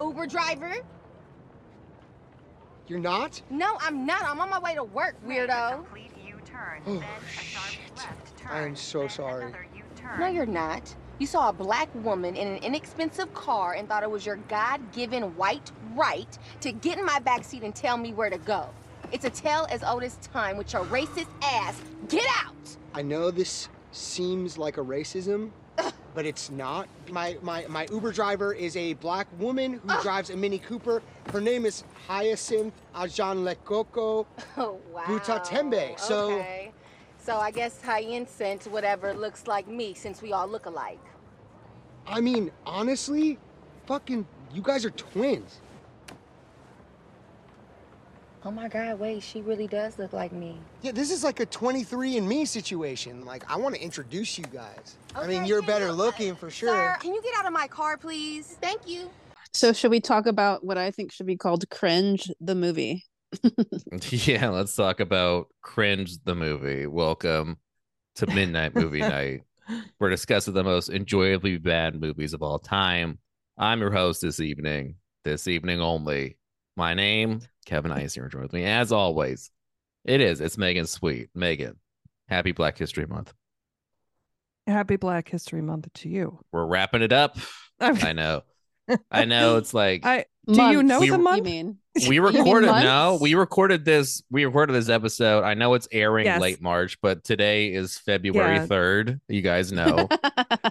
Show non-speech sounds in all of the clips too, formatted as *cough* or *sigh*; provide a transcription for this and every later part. Uber driver. You're not? No, I'm not. I'm on my way to work, Make a weirdo. complete U-turn, Oh, then a sharp shit. left turn. I am so then sorry. another U-turn. No, you're not. You saw a black woman in an inexpensive car and thought it was your God given white right to get in my backseat and tell me where to go. It's a tale as old as time with your racist ass. Get out! I know this seems like *coughs* a racism, but it's not. My, my, my Uber driver is a black woman *coughs* who drives a Mini Cooper. Her name is Hyacinth Ajan Lekoko. *laughs* Oh, wow. Tembe, so- Okay. So I guess hyacinth, whatever, looks like me since we all look alike. I mean, honestly, fucking, you guys are twins. Oh my God, wait, she really does look like me. Yeah, this is like a 23 and me situation. Like, I want to introduce you guys. I mean, Okay, you're yeah, better no, uh, looking for sure. Sir, can you get out of my car, please? Thank you. So should we talk about what I think should be called cringe the movie? *laughs* yeah, let's talk about Cringe the movie. Welcome to Midnight Movie Night. We're discussing the most enjoyably bad movies of all time. I'm your host this evening, this evening only. My name, Kevin Eisner, joins me as always. It is. It's Megan Sweet. Megan, happy Black History Month. Happy Black History Month to you. *laughs* We're wrapping it up. I know. I know. It's like *laughs* I Do you know the You month? mean? *laughs* *laughs* we mean recorded no months? we recorded this we recorded this episode i know it's airing Yes. late march but today is february Yeah. 3rd you *laughs* guys know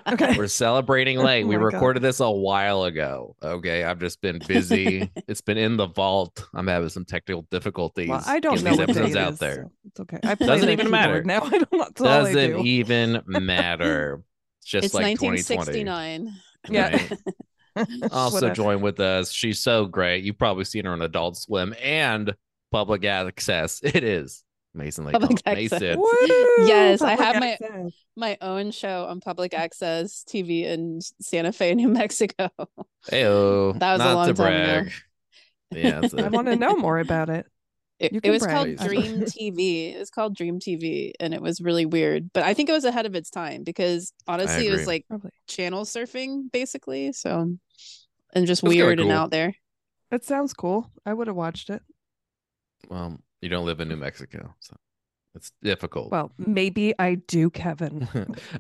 okay. we're celebrating late Oh we my God. recorded this a while ago okay i've just been *laughs* busy it's been in the vault i'm having some technical difficulties Well, I don't getting know these what day episodes it out is, there so it's okay. I play Doesn't the even matter. keyboard now. *laughs* I don't know. That's all I doesn't do. *laughs* even matter it's just it's like 2020 1969. Yeah. right? *laughs* also Whatever. join with us. She's so great. You've probably seen her on Adult Swim and Public Access. *laughs* It is Mason Lake. Public Hall. Access. Mason. Woo! Yes, I Public have my- access. *laughs* My own show on public access TV in Santa Fe, *laughs* New Mexico. Ayo, That was a not long to time ago. brag. *laughs* Yeah, it's I a- want to know more about it. It, You it can was brag. called Please. Dream *laughs* TV. It was called Dream TV, and it was really weird. But I think it was ahead of its time because honestly, it agree. was like Probably. channel surfing, basically. So, and just It was kinda weird and cool. out there. That sounds cool. I would have watched it. well, you don't live in New Mexico, so it's difficult. *laughs* Well, maybe I do, Kevin.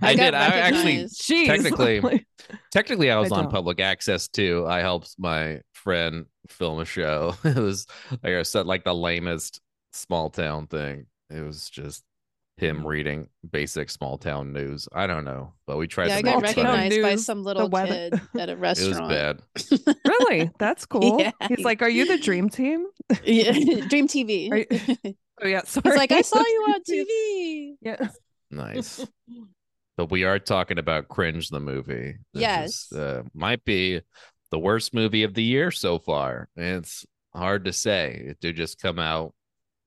I, I got did. I actually recognized. Jeez. Technically- Like, Technically, I was on don't. public access too. I helped my friend film a show. *laughs* It was like I said, like the lamest small town thing. It was just him reading basic small town news. I don't know, but we tried Yeah, I to got make it funny. recognized by news, some the little weather. kid at a It was restaurant. bad. *laughs* really? *laughs* That's cool. Yeah. He's like, Are you the dream team? *laughs* Yeah, *laughs* Dream TV. Are you- *laughs* Oh, yeah. Sorry. He's like, I *laughs* saw you on Dream team." TV. Yeah. Nice. but we are talking about Cringe the movie. This Yes. is, uh, might be the worst movie of the year so far. It's hard to say. It did just come out.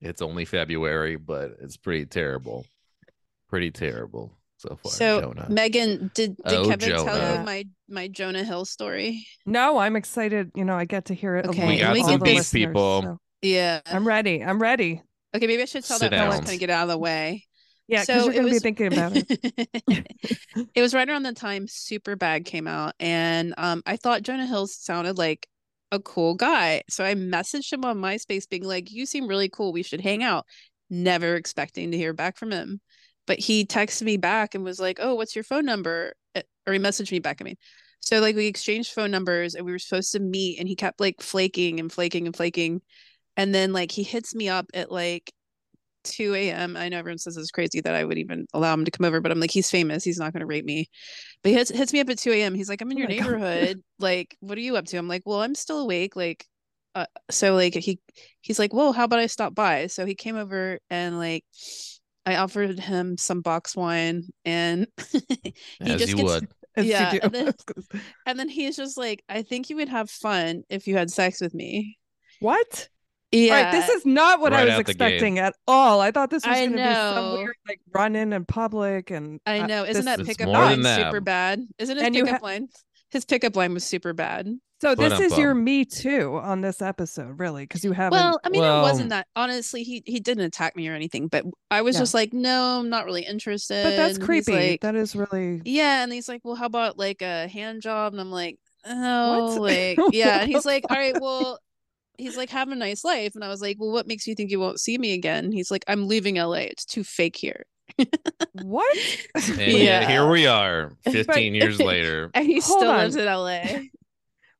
It's only February, but it's pretty terrible. Pretty terrible so far. so Jonah. Megan, did did Oh, Kevin tell Jonah. you my my Jonah Hill story? No, I'm excited. You know, I get to hear it. Okay, along We with got all some the beef, listeners, people. so Yeah. I'm ready. I'm ready. Okay, maybe I should tell Sit that while I down. kind of get out of the way. Yeah, because So you're it going to be was- thinking about *laughs* it. *laughs* it was right around the time Superbad came out, and um, I thought Jonah Hill sounded like a cool guy, so I messaged him on MySpace, being like, "You seem really cool. We should hang out." Never expecting to hear back from him, but he texted me back and was like, "Oh, what's your phone number?" Uh, Or he messaged me back. I mean, so like we exchanged phone numbers, and we were supposed to meet, and he kept like flaking and flaking and flaking, and then like he hits me up at like 2 a.m. I know everyone says it's crazy that I would even allow him to come over, but I'm like, he's famous. He's not going to rape me. But he hits, hits me up at 2 a.m. He's like, I'm in Oh your my God. neighborhood. Like, what are you up to? I'm like, well, I'm still awake. Like, uh, so like he he's like, well, how about I stop by? So he came over and like I offered him some box wine and *laughs* he As just you gets would. As you Yeah, do. and *laughs* then- and then he's just like, I think you would have fun if you had sex with me. what? Yeah. All right, this is not what Right I was out the gate. expecting at all. I thought this was I going to be some know. weird like run in in public and I uh, know. this- Isn't that It's pickup more line than that. super bad? Isn't his And you pickup ha- line? His pickup line was super bad. so? This is your Ba-dum-bum. me too on this episode, really, because you haven't. Well, I mean, it Well- wasn't that. Honestly, he he didn't attack me or anything, but I was Yeah. just like, no, I'm not really interested. but that's And he's creepy. like- *laughs* that is really yeah, and he's like, well, how about like a hand job? And I'm like, oh, What? like, *laughs* What yeah. And the he's like, all right, fuck? well, he's like, have a nice life. And I was like, well, what makes you think you won't see me again? He's like, I'm leaving LA. It's too fake here. *laughs* What? And yet Yeah. here we are, But- 15 years *laughs* later. And he Hold still on. lives in LA. *laughs*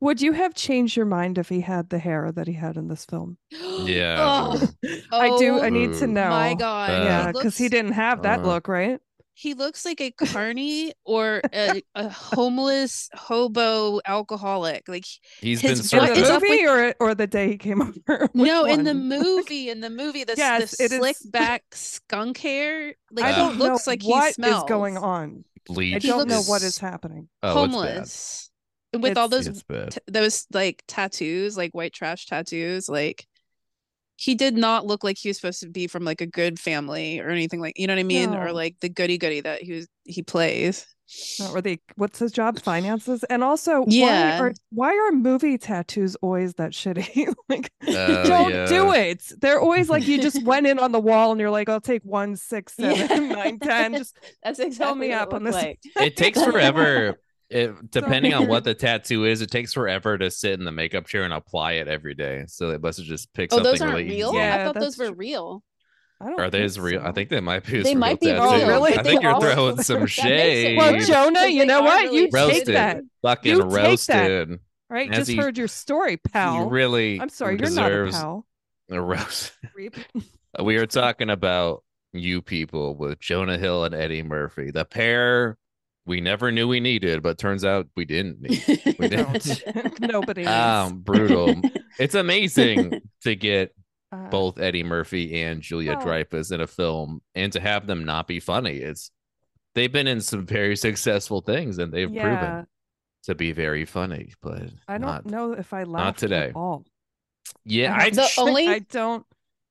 Would you have changed your mind if he had the hair that he had in this film? Yeah. *gasps* Oh, I do. I oh need to Ooh. know. My God. Uh, Yeah, because he looks- didn't have that uh, look, right? He looks like *laughs* a carny or a, a homeless hobo alcoholic. Like He's His been So In what the circling. is up movie, with- or or the day he came *laughs* over. Which no, in the one? movie, in the movie, the, s- Yes, the it slick is. back skunk hair. Like I he don't know looks like what he is smells. going on. I bleach. He don't know looks what is happening. oh, It's homeless and with all It's- those bad. It's bad. t- those like tattoos, like white trash tattoos, like. He did not look like he was supposed to be from like a good family or anything like you know what I mean or No. like the goody goody that he was he plays. No, Or the what's his job? Finances, and also Yeah. why are why are movie tattoos always that shitty? *laughs* like Oh, don't do yeah. it. They're always like you just went in on the wall and you're like, I'll take one, six, Yeah. seven, nine, ten. Just That's tell exactly me what up on looked this. like. It takes forever. It, depending on weird. what the tattoo is, it takes forever to sit in the makeup chair and apply it every day. So they must have just picked Oh, something those aren't really real. easy. Yeah, I thought those that's were true. real. I don't Are they think as real? I so. think they might be. As They real might be real. tattoos. Really? I think you're They are. throwing some That makes it shade. Well, worse, Jonah, because you they know are what? really You shady. take Roasted. that. Fucking You take that, roasted. Right? As Just he- heard your story, pal. You really. I'm sorry, you're not a deserves pal. a roast. Creep. *laughs* we are talking about you people with Jonah Hill and Eddie Murphy, the pair we never knew we needed, but turns out we didn't *laughs* need. We didn't. *laughs* Nobody. is. um, *laughs* brutal. *laughs* It's amazing to get Uh, both Eddie Murphy and Julia Well- Dreyfus in a film and to have them not be funny. It's they've been in some very *laughs* successful things and they've yeah, proven to be very funny, but I don't not know if I laughed today. At all. yeah, I I, don't- The only I don't.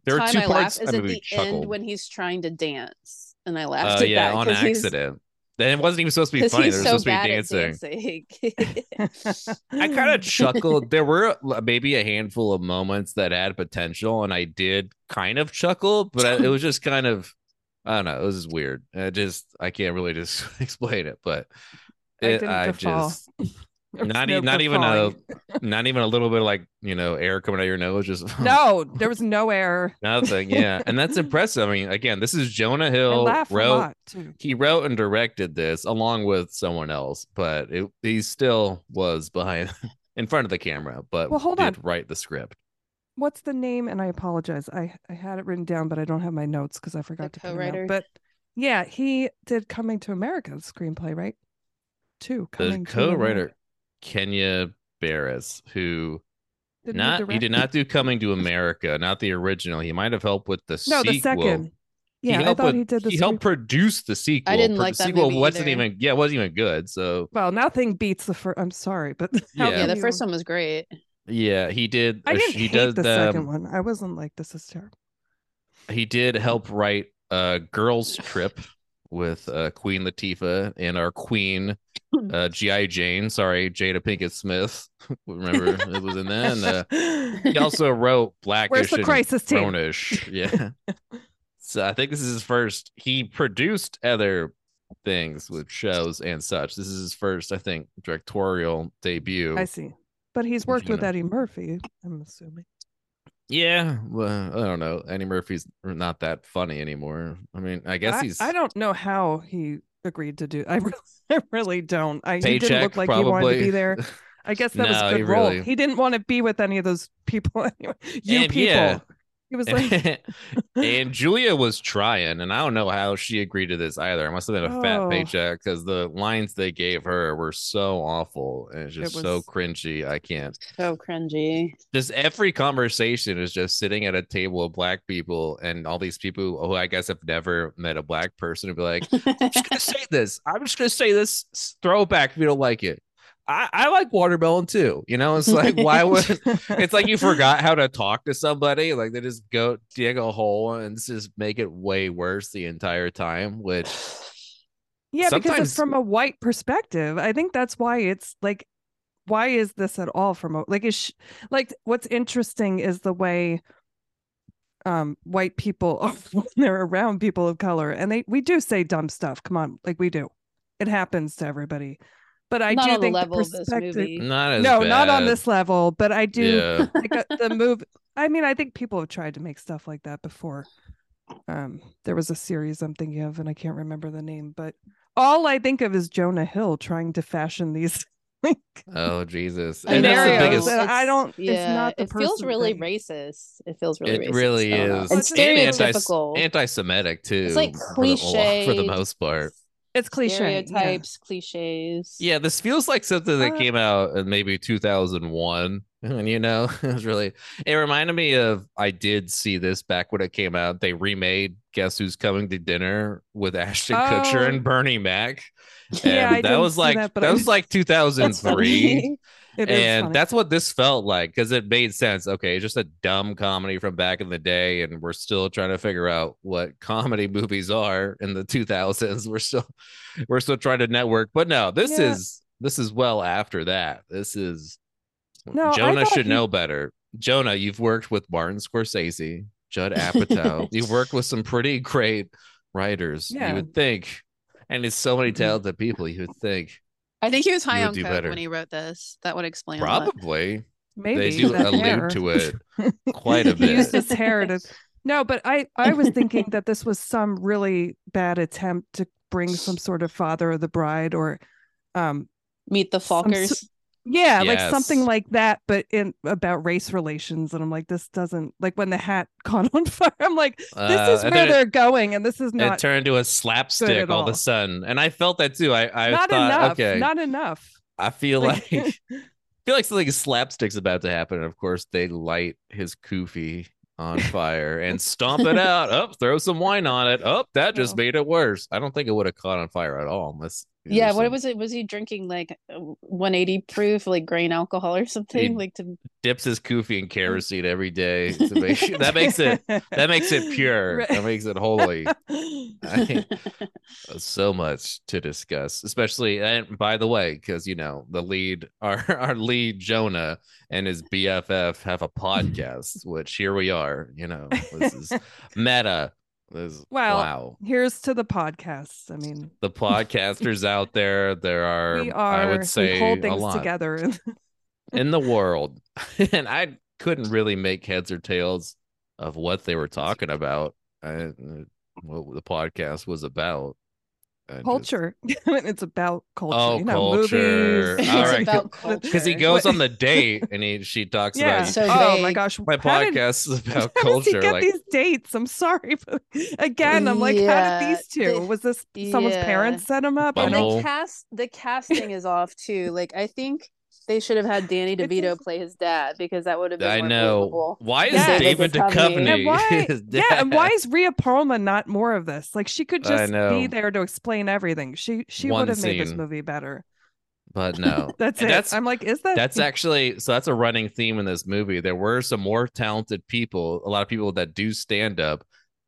there are time two I laugh parts I is at mean, we the chuckled. end when he's trying to dance, and I Oh, laughed at yeah, that on 'cause he's- accident. Then it wasn't even supposed to *laughs* be 'cause funny. he's There was so supposed to be bad at dancing. dancing. *laughs* *laughs* I kind *laughs* of chuckled. There were l- maybe a handful of moments that had potential, and I did kind of chuckle, but I, it was just kind of, I don't know, it was just weird. I just, I can't really just *laughs* explain it, but I it, didn't I, guffaw. just, *laughs* There was not, no e- not even a, *laughs* guffawing. not even a little bit of like, you know, air coming out of your nose, just No, there was no error. *laughs* nothing. Yeah. And that's impressive. I mean, again, this is Jonah I Hill laugh a wrote, lot too. he wrote and directed this along with someone else, but it, he still was behind *laughs* in front of the camera, but Well, hold did write the script. What's the name? And I apologize. I I had it written down, but I don't have my notes because I forgot to put 'em out. co-writer. But yeah, he did Coming to America the screenplay, right? Two. the Coming to America. co-writer Kenya Barris, who Didn't not he direct did it? not do Coming to America, not the original. He might have helped with the No, sequel. the second. He Yeah, I helped thought with- he did the he helped screen- produce the sequel. didn't Pro- like the that sequel movie wasn't either. even yeah, it wasn't even good. So Well, nothing beats the first. I'm sorry, but *laughs* Yeah. how yeah, can the you- first one was great. yeah, he did I uh, didn't he hate does the um, second one. I wasn't like this is terrible. he Mm-hmm. did help write uh Girls Trip with uh Queen Latifah and our queen *laughs* uh GI Jane, sorry, Jada Pinkett Smith. *laughs* Remember it was in that and *gasps* uh, *laughs* he also wrote Black Where's the crisis team? Grownish. *laughs* Yeah. so I think this is his first. He produced other things with shows and such. This is his first, I think, directorial debut. I see, but he's worked with Gina. Eddie Murphy. I'm assuming. Yeah. Well, I don't know. Eddie Murphy's not that funny anymore. I mean, I guess I, he's I don't know how he agreed to do. I really, *laughs* I really don't. I he didn't paycheck look like probably. he wanted to be *laughs* there. I guess that was No, a he good role. really- He didn't want to be with any of those people *laughs* anyway. You And, people. yeah. He was like, *laughs* and Julia was trying, and I don't know how she agreed to this either. It must have been a fat Oh. paycheck because the lines they gave her were so awful and it's It just so was- cringy. I can't. *laughs* So cringy. *laughs* Just every conversation is just sitting at a table of black people and all these people who I guess have never met a black person who be like, I'm just gonna say this. I'm just gonna say this. S- Throw it back if you don't like it. I, I like watermelon too. You know, it's like why would *laughs* it's like you forgot how to talk to somebody. Like they just go dig a hole and just make it way worse the entire time. Which yeah, because sometimes- it's from a white perspective. I think that's why it's like, why is this at all from a like? Is sh- like what's interesting is the way um white people *laughs* are when they're around people of color, and they we do say dumb stuff. Come on, like we do. It happens to everybody. but I Not do on the think level of this perspective- movie. Not as No, not on bad. this level, but I do *laughs* Yeah. like uh, the move i mean i think people have tried to make stuff like that before um there was a series i'm thinking of and i can't remember the name but all i think of is jonah hill trying to fashion these *laughs* like Oh Jesus. And And that's the Mario's biggest and I don't- it's not the it feels person really thing. racist. It feels really it racist. really I don't know. is. And Well, it's anti- stereotypical. anti-Semitic too. It's like for the- for the cliched. most part. it's cliche yeah. Stereotypes, cliches. Yeah, this feels like something that Uh, came out in maybe 2001. *laughs* And you know, it was really, it reminded me of I did see this back when it came out. They remade Guess Who's Coming to Dinner with Ashton Kutcher Oh. and Bernie Mac. Yeah, and I that didn't was see like, that, that, but I- was *laughs* like That's 2003. funny. It is and funny. that's what this felt like because it made sense. Okay, just a dumb comedy from back in the day, and we're still trying to figure out what comedy *laughs* movies are in the 2000s. We're still, *laughs* we're still trying to network, but no, this Yeah. is this is well after that. This is No, I Jonah thought should he- know better. Jonah, you've worked with Martin Scorsese, Judd Apatow. you've worked with some pretty great writers. Yeah. You would think, and it's so Mm-hmm. many talented people. You would think I think he was You high would on do coke better. when he wrote this. That would explain. a lot. probably. maybe they do that allude hair. *laughs* to it quite a he bit. used his hair to no but i i was thinking that this was some really bad attempt to bring *laughs* some sort of father of the bride or um Meet the Some Falkers. s- Yeah, like something Yes. like that, but in about race relations. And I'm like, this doesn't like when the hat *laughs* caught on fire. I'm like, this Uh, is and where then it- they're going, and this is it not turned to a slapstick at all of all. a sudden, and I felt that too. I, I not thought, enough. okay, Not enough. I feel *laughs* like, *laughs* Like- I *laughs* feel like something slapstick's about to happen. And of course, they light his koofy *laughs* on fire and stomp it out. Up, throw some wine on it. Up, that just No. made it worse. I don't think it would have caught on fire at all unless. Yeah, there's what some was it was he drinking like uh, 180 proof like grain alcohol or something like to Dips his koofy Mm. in kerosene every day to make *laughs* sure- that makes it that makes it pure. Right. That makes it holy. *laughs* I- I, uh, so much to discuss especially and by the way because you know the lead *laughs* our our lead jonah and his bff have *laughs* a podcast which here we are you know this *laughs* is meta this is, Well- wow *laughs* Here's to the podcast. I mean, the *laughs* podcasters out there there are, we are i would say we hold a things lot together. *laughs* in *laughs* the world *laughs* and i couldn't really make heads or tails of what they were talking about I, what the podcast was about I just- culture. *laughs* it's about culture. Oh, you know, *laughs* culture. movies. All It's right. about because he Sure. goes What- on *laughs* the date and he she talks Yeah. about So oh my vague. gosh. my how did- podcast is about *laughs* how does he culture get like these dates? I'm sorry, but again, I'm like, how Yeah, did these two? they- Was this someone's yeah. parents set him up? I and don't- Bumble. *laughs* the cast the casting is off too like i think they should have had danny It's devito just- play his dad because that would have been I more know believable. why is Yeah. They David just have me- Duchovny And why? *laughs* his Yeah, and why dad? is Rhea Perlman not more of this? Like she could I just know. be there to explain everything. She she One would have made this scene. movie better. but *laughs* no That's it. And that's I'm like, is that that's actually so that's a running theme in this movie there were some more talented people a lot of people that do stand up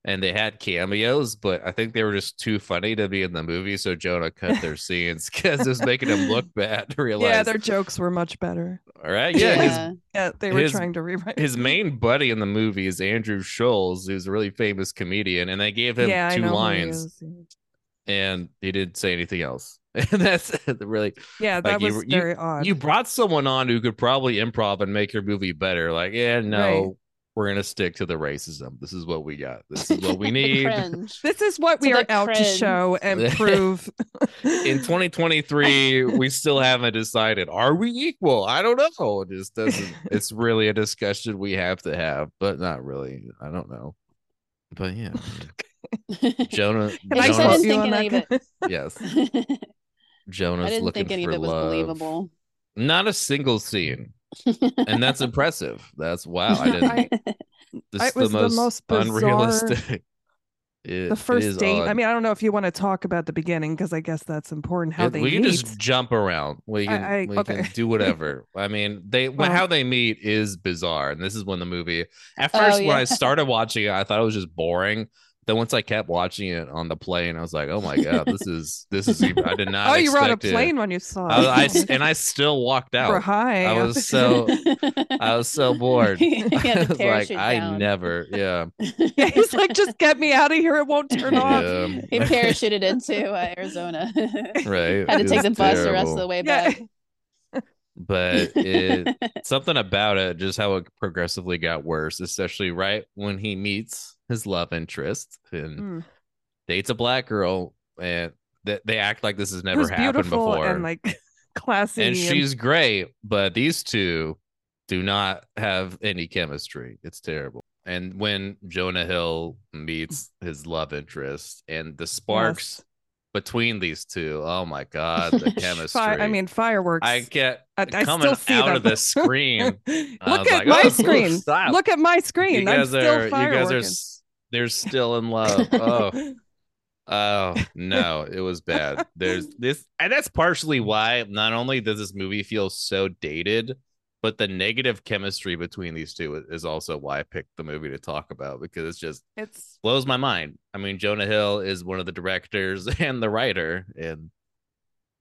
and they had cameos but i think they were just too funny to be in the movie so jonah cut *laughs* their scenes because it was making him look bad to realize yeah, their jokes were much better. all right yeah, his *laughs* Yeah, they were His- trying to rewrite his main buddy in the movie is Andrew Scholes, who's a really famous comedian, and they gave him yeah, I two know who he lines, is. and he didn't say anything else. *laughs* And that's really Yeah, that you- was you- very odd. you brought someone on who could probably improv and make your movie better. Like, yeah, no, Right. we're gonna stick to the racism. This is what we got. This is *laughs* *laughs* *laughs* what we need. *laughs* Cringe. this is what we So are the out to cringe. show and prove. In *laughs* *laughs* 2023, we still haven't decided. Are we equal? I don't know. It just doesn't. It's really a discussion we have to have, but not really. I don't know. But yeah, Jonah. Can I Because I Jonah's- quote didn't you think on any that? of Yes. *laughs* i Jonah's didn't looking think any for of it was love. believable Not a single scene. And that's impressive. That's wow. I *laughs* didn't *laughs* this I- is it was the the most, most bizarre- unrealistic. *laughs* It- the it is first date. odd. I mean, I don't know if you want to talk about the beginning because I guess that's important how It- they we can meet. just jump around. We I- can, I- we okay. can *laughs* do whatever. I mean, they well, Well- how they meet is bizarre, and this is when the movie. At Oh, first, when I yeah. *laughs* started watching it, I thought it was just boring. Then once I kept watching it on the plane, I was like, "Oh my god, this is this is." even- I did not. oh, you were on a expect it. plane when you saw I, *laughs* it. I s- and I still walked You *laughs* were out. high. I was so I was so *laughs* bored. He had *laughs* I to was like, parachute I down. *laughs* never. Yeah. *laughs* yeah, he's like, just get me out of here. It won't *laughs* turn off. Yeah. he parachuted into uh, *laughs* Arizona. Right. Had to It take was the bus the rest of terrible. the way Yeah. *laughs* back. But *laughs* it something about it, just how it progressively got worse, especially right when he meets his love interest and Mm. dates a black girl, and that they act like this has never Who's happened beautiful before. and like *laughs* classy. and she's great, but these two do not have any chemistry. It's terrible. And when Jonah Hill meets his love interest and the sparks between these two, oh *laughs* my god, the *laughs* Fi- chemistry. I mean, fireworks. I get I- I coming still see out them. of the *laughs* screen. I Look was like, at my "Oh, *laughs* screen. stop." Look at my you screen. I'm guys still are, you guys are, fireworking. s- they're still *laughs* in love. Oh. Oh no, it was bad. There's this, and that's partially why not only does this movie feel so dated, but the negative chemistry between these two i- is also why I picked the movie to talk about because it's just It's blows my mind. I mean, Jonah Hill is one of the directors *laughs* and the writer, and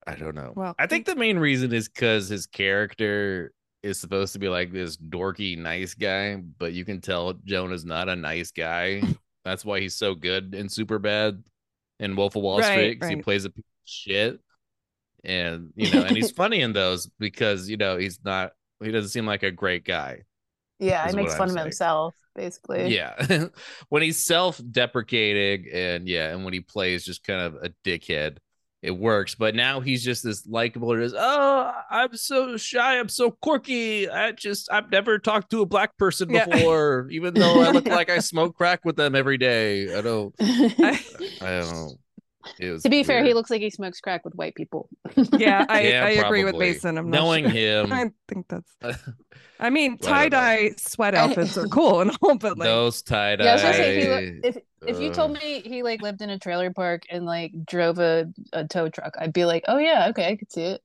I don't know. Well, I think the main reason is because his character is supposed to be like this dorky nice guy, but you can tell Jonah's not a nice *laughs* guy. That's why he's so good in Super Bad and Wolf of Wall Right, Street because he right. plays a piece of shit. And you know, *laughs* and he's funny in those because you know he's not he doesn't seem like a great guy. Yeah, Is he what makes I'm fun of saying. himself, basically. Yeah. *laughs* when he's self-deprecating and yeah, and when he plays just kind of a dickhead, it works. But now he's just this likable just, oh, I'm so shy, I'm so quirky. I just I've never talked to a black person Yeah. before, even though I look like I smoke crack with them every day. I don't I don't it was to be fair, he weird. looks like he smokes crack with white people. yeah, I, Yeah, I agree with probably. Mason. I'm not knowing sure. him. *laughs* I think that's. I mean, Well, I tie don't know. dye sweat I- *laughs* outfits are cool and all, but like, *laughs* those tie dye. Yeah, I was gonna say, if he look- if if you told uh, Ugh. me he like lived in a trailer park and like drove a, a tow truck, I'd be like, oh yeah, okay, I could see it.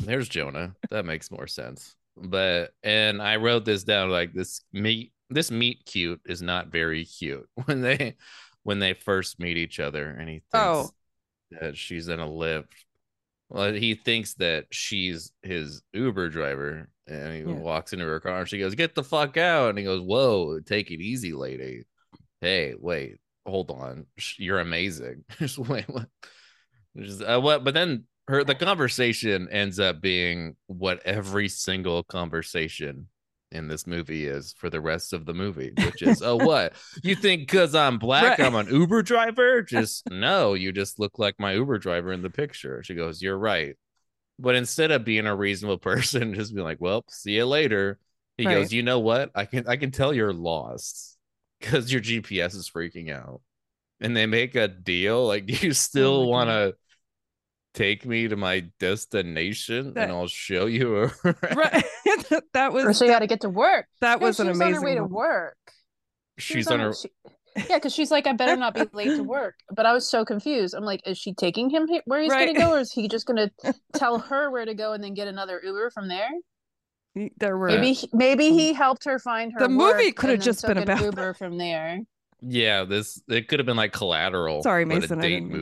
There's Jonah. That makes more sense. But and I wrote this down like this meet this meet cute is not very cute *laughs* when they when they first meet each other and he thinks Oh. that she's in a lift. Well, he thinks that she's his Uber driver and he Yeah. walks into her car and she goes, Get the fuck out. And he goes, Whoa, take it easy, lady. Hey, wait, hold on. Sh- You're amazing. *laughs* Just wait, what? Just, uh, what? But then her the conversation ends up being what every single conversation in this movie is for the rest of the movie, which is, oh, *laughs* what you think because I'm black, Right. I'm an Uber *laughs* driver? Just no, you just look like my Uber driver in the picture. She goes, You're right. But instead of being a reasonable *laughs* person, just be like, Well, see you later. He Right. goes, You know what? I can I can tell you're lost because your GPS is freaking out. And they make a deal. Like, *laughs* do you still Oh my God. want to take me to my destination That- and I'll show you *laughs* around? *laughs* right, *laughs* that Or was she got to get to work. that No, was she an was on her amazing. way to moment. work. She was She's on her she- yeah, because she's like, I better not be late to work. But I was so confused. I'm like, is she taking him he- where he's Right. going to go, or is he just *laughs* going to tell her where to go and then get another Uber from there? Y- There were *laughs* Maybe, he- maybe he helped her find her. Mm. The movie work coulda and then just took been an about Uber from *laughs* there. Yeah, this it could have been like collateral. Sorry, but A Mason, I date didn't mean-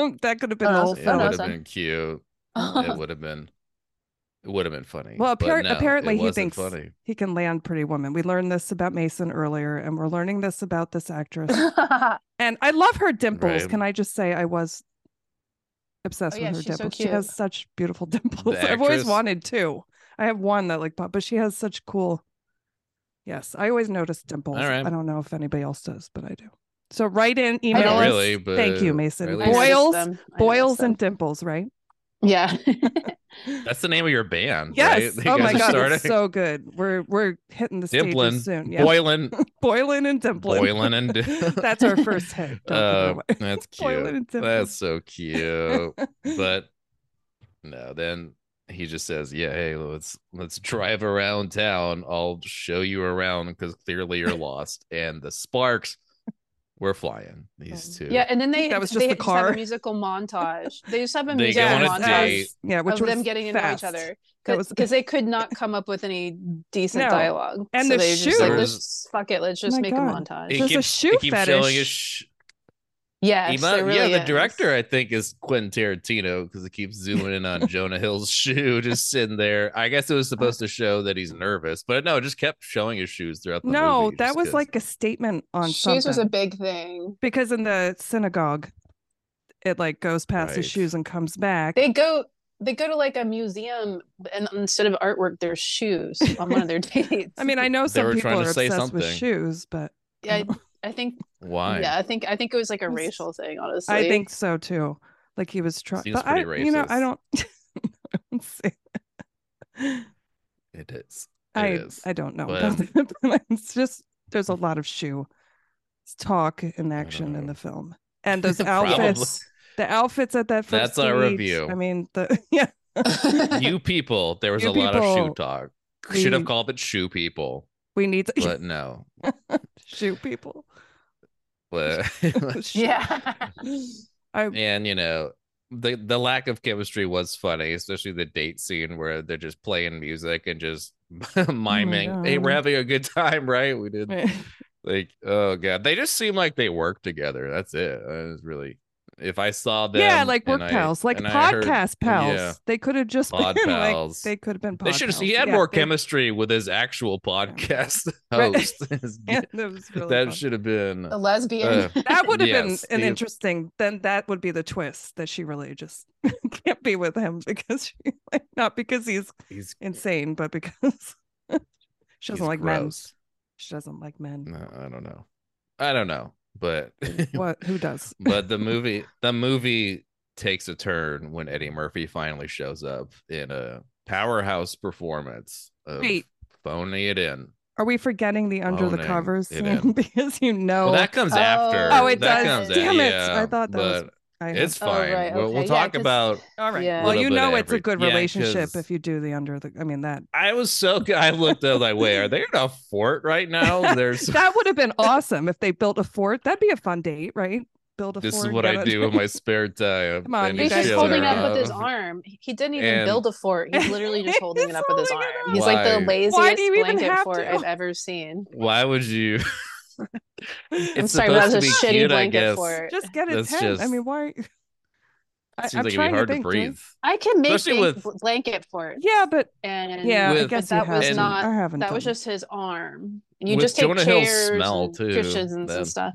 movie. that could have been the Oh, whole so It no, film. would have sorry. been cute. *laughs* It would have been. It would have been funny. Well, but appar- no, it apparently he wasn't thinks- funny. He can land Pretty Woman. We learned this about Mason earlier, and we're learning this about this *laughs* actress. oh And I love her dimples. Right. Can I just say I was obsessed Oh, yeah, with her she's so dimples. she cute. has such beautiful *laughs* dimples. I've actress? always wanted two. I have one that like pop, but she has such cool. Yes, I always notice dimples. right. I don't know if anybody else does, but I do. So write in, email Not us. really, but Thank you, at Mason. I noticed least- Boils, them. I noticed boils, them. and dimples, right? *laughs* yeah. That's the name of your band. Yes. Right? Oh my are god, starting it's so good. We're we're hitting the Dimplin', stages soon. Yeah, *laughs* boiling, boiling and dimpling. boiling, and *laughs* That's our first hit. Don't give it Uh, away. *laughs* that's Boiling cute. and dimpling. That's so cute. but no then he just says yeah hey let's let's drive around town i'll show you around because clearly you're lost and the sparks were flying these two yeah, and then they That was just they the have car. a musical montage. They just have a They go musical on a montage date. Yeah, which of was them getting to know each fast. other That was- because they could not come up with any decent No. dialogue. And so the they were just like, shoes. let's just fuck it, let's just My make God. a montage. he there's a keeps, shoe he keeps showing his fetish. sh- Yes, Ima- there really yeah, the is. director I think is Quentin Tarantino because it keeps zooming in on Jonah Hill's *laughs* shoe just sitting there. I guess it was supposed to show that he's nervous, but no, it just kept showing his shoes throughout the no, movie, that just was 'cause- like a statement on Shoes something. was a big thing. because in the synagogue, it like goes past his Right. shoes and comes back. They go they go to like a museum and instead of artwork, there's shoes on one of *laughs* their dates. I mean, I know They some were people trying are to say obsessed with something. shoes, but Yeah, I, I think why? yeah, I think I think it was like a It's- racial thing, honestly. *laughs* I think so too. Like he was trying, Seems but I, pretty you know, I racist. don't. *laughs* I don't say that. It is. It I is. I don't know. but- about that, *laughs* but it's just there's a lot of shoe talk and don't action in know. the film, and those *laughs* Probably. outfits. The outfits at that first. That's our date, review. I mean, the *laughs* yeah. *laughs* you people, there was You a lot of shoe people, talk. Should we- have called it shoe *laughs* people, We need to but no. *laughs* shoe people. *laughs* But *laughs* Yeah. I and you know the the lack of chemistry was funny especially the date scene where they're just playing music and just *laughs* miming hey we're Oh God. having a good time right we did like oh god they just seem like they work together that's it That is really if i saw them *laughs* yeah, like work and I- pals, like and I heard- podcast pals. yeah They could have just pod been pals like they could have been. they Pod should have pals. he had Yeah, more they- chemistry with his actual podcast *laughs* Right. host *laughs* *laughs* yeah, that was really that fun. should have been uh, a *laughs* lesbian. that would have Yes, been an the- interesting then that would be the twist that she really just *laughs* can't be with him because she like not because he's he's, insane but because *laughs* she he's doesn't like men gross she doesn't like men No, I don't know. I don't know, but *laughs* what who does but the movie the movie takes a turn when Eddie Murphy finally shows up in a powerhouse performance of Wait. phoning it in. are we forgetting the under the Boning cover Oh, it in. *laughs* scene because you know well, that comes Oh. after. Oh, it that does. Comes a- Damn it. yeah, I thought that was- but I have- It's Oh, fine. right, we'll, we'll okay. Yeah, talk 'cause- about. all right yeah. well Little you bit of know it's a every- good yeah, relationship 'cause- if you do the under the i mean that I was so. I looked up like, wait, are they in a fort right now? *laughs* *laughs* There's. that would have been awesome if they built a fort that'd be a fun date right build a this fort is what get I a- do *laughs* in my spare time. Come on, and you you He's just chill guys holding her up with his up. arm. He he didn't even And- build a fort. He's literally *laughs* just holding it He's up with his arm. holding it He's like the Why? laziest Why do you even blanket have fort to? I've ever seen. Why would you? *laughs* I'm it's sorry, but that supposed was to a be shitty cute, I blanket guess. fort. just get his That's head i just- mean why I, Seems I'm like it'd be trying to hard to think, Jess. breathe. I can make Especially big with- bl- blanket forts. Yeah, but and yeah, I With- guess but you that was haven't. not- I haven't. that was done- just his arm. You With just take Jonah Hill's chairs smell, and too, cushions then. and stuff.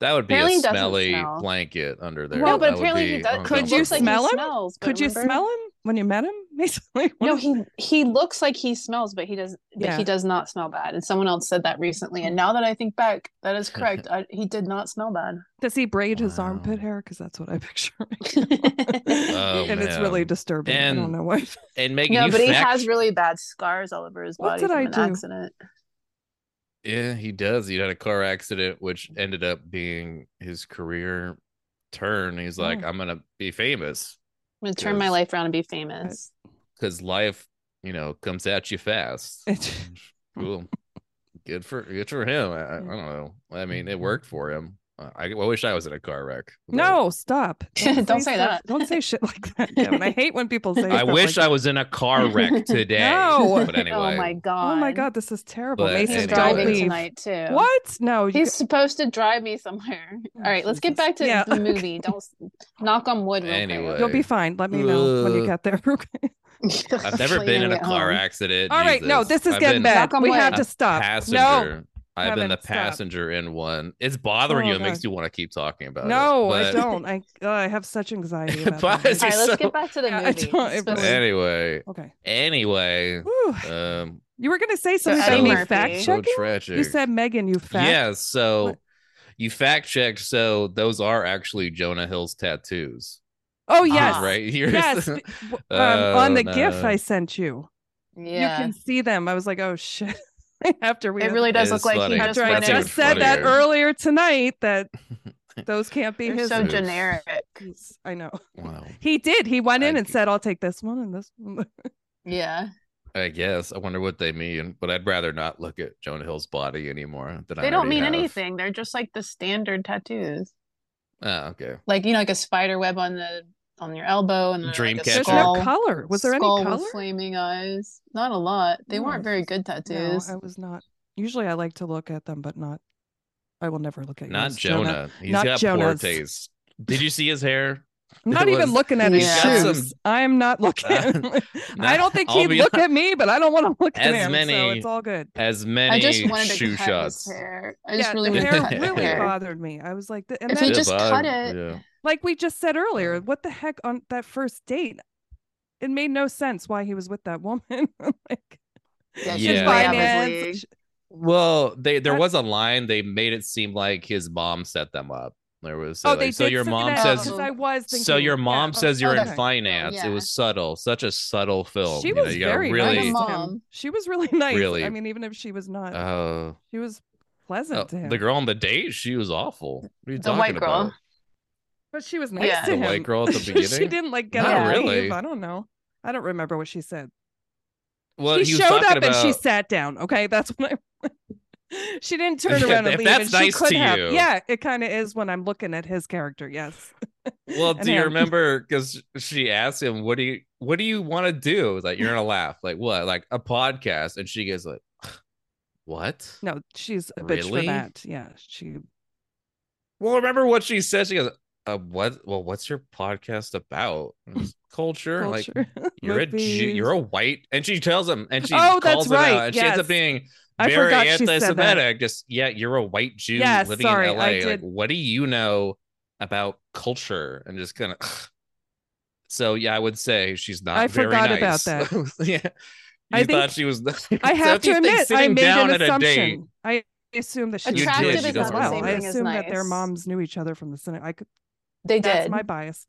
That would be Apparently a he doesn't smelly smell. blanket under there. Well, no, but That would apparently he be does. Could it you looks like he uncomfortable. smell him? Smells, but Could you remember- smell him when you met him? *laughs* Basically, No, what- he he looks like he smells, but he does. But Yeah. he does not smell bad. And someone else said that recently. And now that I think back, that is *laughs* correct. I, he did not smell bad. does he braid his Wow. armpit hair? Because that's what I picture. right now. Oh, *laughs* and it's really man. disturbing. I And don't know why. *laughs* And *laughs* Megan, no, you but he fact- has really bad scars all over his body What did from I an do? accident. yeah, he does. He had a car accident, which ended up being his career turn. He's like, Mm. Oh. I'm gonna be famous I'm gonna turn my Yes. life around and be famous. because life, you know, comes at you fast. *laughs* It- cool. Good for good for him. I, I I don't know. I mean, it worked for him. I, I wish I was in a car wreck. but *laughs* No, stop! Don't say stuff- that. Don't say shit *laughs* like that. Kevin. I hate when people say. I stuff wish like, I was in a car wreck *laughs* today. No. But anyway, *laughs* oh my god! Oh my god, this is terrible. But Mason, He's anyway. don't driving leave. tonight too. What? No, you- He's supposed to drive me *laughs* somewhere. All right, let's get Jesus. back to Yeah, the okay. movie. Don't s- knock on wood. Real *laughs* Anyway. you'll be fine. Let me know when you Ugh. get there. *laughs* Okay. quick. I've never Hopefully when been in we a get car home. accident. All right, no, Jesus. this is I've getting been bad. Knock on We wood. have to stop. No, Passenger. I've been Kevin, the stop. passenger in one. It's bothering Oh, you. It makes God. you want to keep talking about no, it. But I don't. I uh, I have such anxiety *laughs* about Why that. is All he right, let's so- get back to the Yeah, I movie. don't- It's it been- was- Anyway, Okay. anyway, Whew. um, You were gonna say something Eddie about me Murphy. fact so checking. tragic. You said Megan, you fact. yeah. So What? you fact checked. So those are actually Jonah Hill's tattoos. Oh yes. right here. *laughs* Yes. b- w- um, Oh, on the GIF no. I sent you, yeah. you can see them. I was like, oh shit. *laughs* After we it had- really does It look is like funny. he just after I That's even just said that funnier. earlier tonight that those can't be They're his. so Oof. generic. Jeez, I know. wow. He did. He went in I and g- said, I'll take this one and this one. Yeah. I guess. I wonder what they mean, but I'd rather not look at Jonah Hill's body anymore. Than I They don't already mean have. anything. They're just like the standard tattoos. Oh, okay. Like, you know, like a spider web on the on your elbow and then, like a Dreamcatcher. There's skull. no color. Was there any skull color? with flaming eyes? Not a lot. They No, weren't it's very just- good No, tattoos. I was not. Usually I like to look at them, but not I will never look at Not yours, Jonah. He's Not got Jonah's. poor taste. Did you see his hair? I'm *laughs* not It even was- looking at his he's got some- shoes. I'm *laughs* not looking. *laughs* I don't think I'll he be looked at me, but I don't want to look at As him. So many- it's all good. As I many just wanted to shoe cut shots. his hair. I just yeah, really the wanted hair to cut his *laughs* really hair. bothered me. I was like, th- and If he then, Yeah, just Mm. but I- cut it- yeah. like we just said earlier, what the heck on that first date? It made no sense why he was with that woman. *laughs* like, Yeah, she's way out of his finance. league. sh- Well, they there That- was a line. They made it seem like his mom set them up. There was so, oh, like, they so did your say mom that, says 'cause I was so thinking- your yeah, mom oh, says you're in okay. finance. It yeah. was subtle, such a subtle film. She you know, was you gotta very really. nice to him. Mom. She was really *laughs* nice. Really. I mean, even if she was not, uh, she was uh, pleasant to him. the girl on the date, she was awful. What are you The talking white girl. about? But she was nice Yeah. to The him. white girl at the *laughs* she beginning? didn't like get Not up and really. leave. I don't know. I don't remember what she said. Well, she he was showed talking up and she about- sat down. Okay, that's what I. *laughs* she didn't turn Yeah, around if and leave. that's and nice she could to have. you. Yeah, it kind of is when I'm looking at his character. Yes. Well, And do you him. remember? Because she asked him, "What do you What do you want to do?" It was like you're gonna laugh, like what, like a podcast? And she goes like, *sighs* "What?" No, she's a bitch Really? for that. Yeah, she. Well, remember what she said? She goes, uh, "What? Well, what's your podcast about? And *clears throat* it's Culture? Like culture. *laughs* you're a Jew, Movies. you're a white?" And she tells him, and she Oh, that's calls him right, out, and she ends up yes. being I very forgot she said that. anti-Semitic. Just yeah, you're a white Jew Yes, living sorry, I in LA. Like, did- what do you know about culture? And just kind of. *sighs* So yeah, I would say she's not. I very forgot nice. about that. *laughs* yeah, you I thought think- she was. *laughs* I So have if you to think admit, I sitting made down an at a date- assumption. I assumed that she was Attractive Jewish is as not the well. same I thing as assumed that their nice. moms knew each other from the cinema. I could. They That's did. my bias.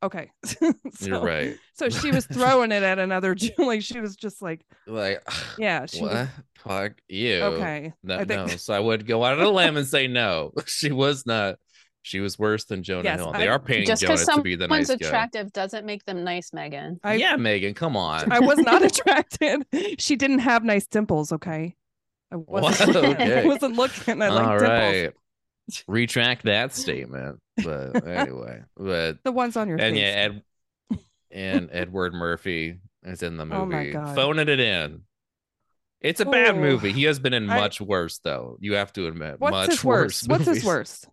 Okay. *laughs* You're So- right. So she was throwing it at another *laughs* Jew. Like she was just like, Like *laughs* yeah, she was- what? Fuck you. okay. No, I *laughs* think- no. So I would go out on a limb and say no. *laughs* She was not. She was worse than Jonah Yes, Hill. They I- are paying Just Jonah because to be the nice someone's guy. attractive doesn't make them nice, Megan. I- yeah, Megan, come on. I was not attracted. She didn't have nice dimples. Okay. I wasn't, Whoa, looking. *laughs* *laughs* I okay. wasn't looking. I like All dimples. *laughs* right. Retract that statement. But anyway, but The ones on your and face. yeah, Ed, and Edward Murphy is in the movie. Oh my God. Phoning it in. It's a bad Ooh. movie. He has been in I- much worse though. You have to admit. What's much his worst? What's his movies. worst?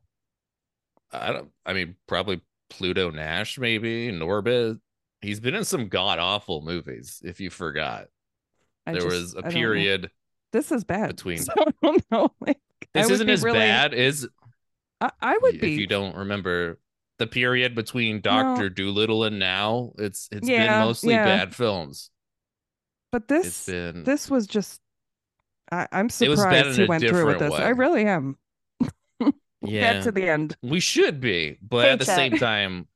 I don't. I mean, probably Pluto Nash, maybe Norbit. He's been in some god awful movies. If you forgot, I there just- was I a don't know. period. This is bad. *laughs* between- So I don't know. Like, I This would isn't be as really- bad as I, I would if be. you don't remember the period between Doctor Doolittle and now. It's it's Yeah, been mostly yeah. bad films. but it's this, been this was just. I, I'm It was bad surprised in he a went through with different this. I way. really am. yeah. Get to the end. we should be, but at the Paycheck. same *laughs* time,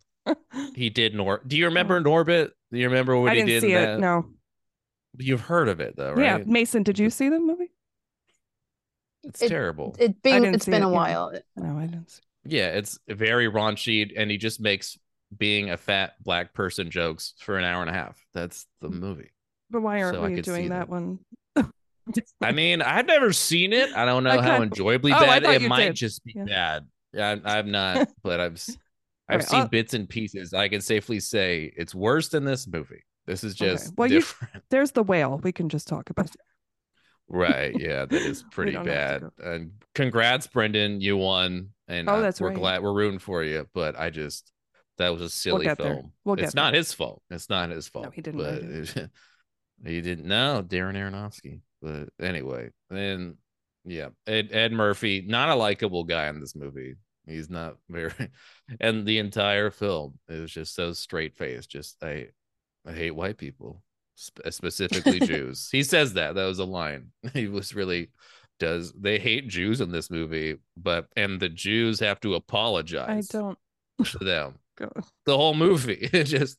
he did Nor. Do you remember Norbit? Do you remember what I he didn't did? see in it. that? No. You've heard of it though, right? Yeah, Mason, did you see the movie? It's It- terrible. It being didn't it's see been it, a yeah. while. No, I didn't. See. yeah, it's very raunchy, and he just makes being a fat black person jokes for an hour and a half. That's the Mm. movie. But why aren't So I we could see doing that, that. one? I mean, I've never seen it. I don't know I how kind- enjoyably Oh, I bad thought it you might did. just be Yeah. bad. Yeah, I'm, I'm not, *laughs* but I've s- I've Alright, seen I'll- bits and pieces. I can safely say it's worse than this movie. This is Okay. just Well, you- different. *laughs* There's the whale. We can just talk about. That. Right. Yeah, that is *laughs* We pretty don't have bad. to And congrats, Brendan. You won. And Oh, uh, that's we're right. glad we're rooting for you. But I just that was a silly get there. film. We'll it's get there. not his fault. It's not his fault. he didn't But write it- *laughs* he didn't know Darren Aronofsky. But anyway, then yeah, Ed Ed Murphy, not a likable guy in this movie. He's not *laughs* very, and the entire film is just so straight faced. Just I, I hate white people, sp- uh, *laughs* specifically Jews. He says that. That was a line. *laughs* He was really does they hate Jews in this movie, but and the Jews have to I apologize don't. to them Go. the whole movie. *laughs* It just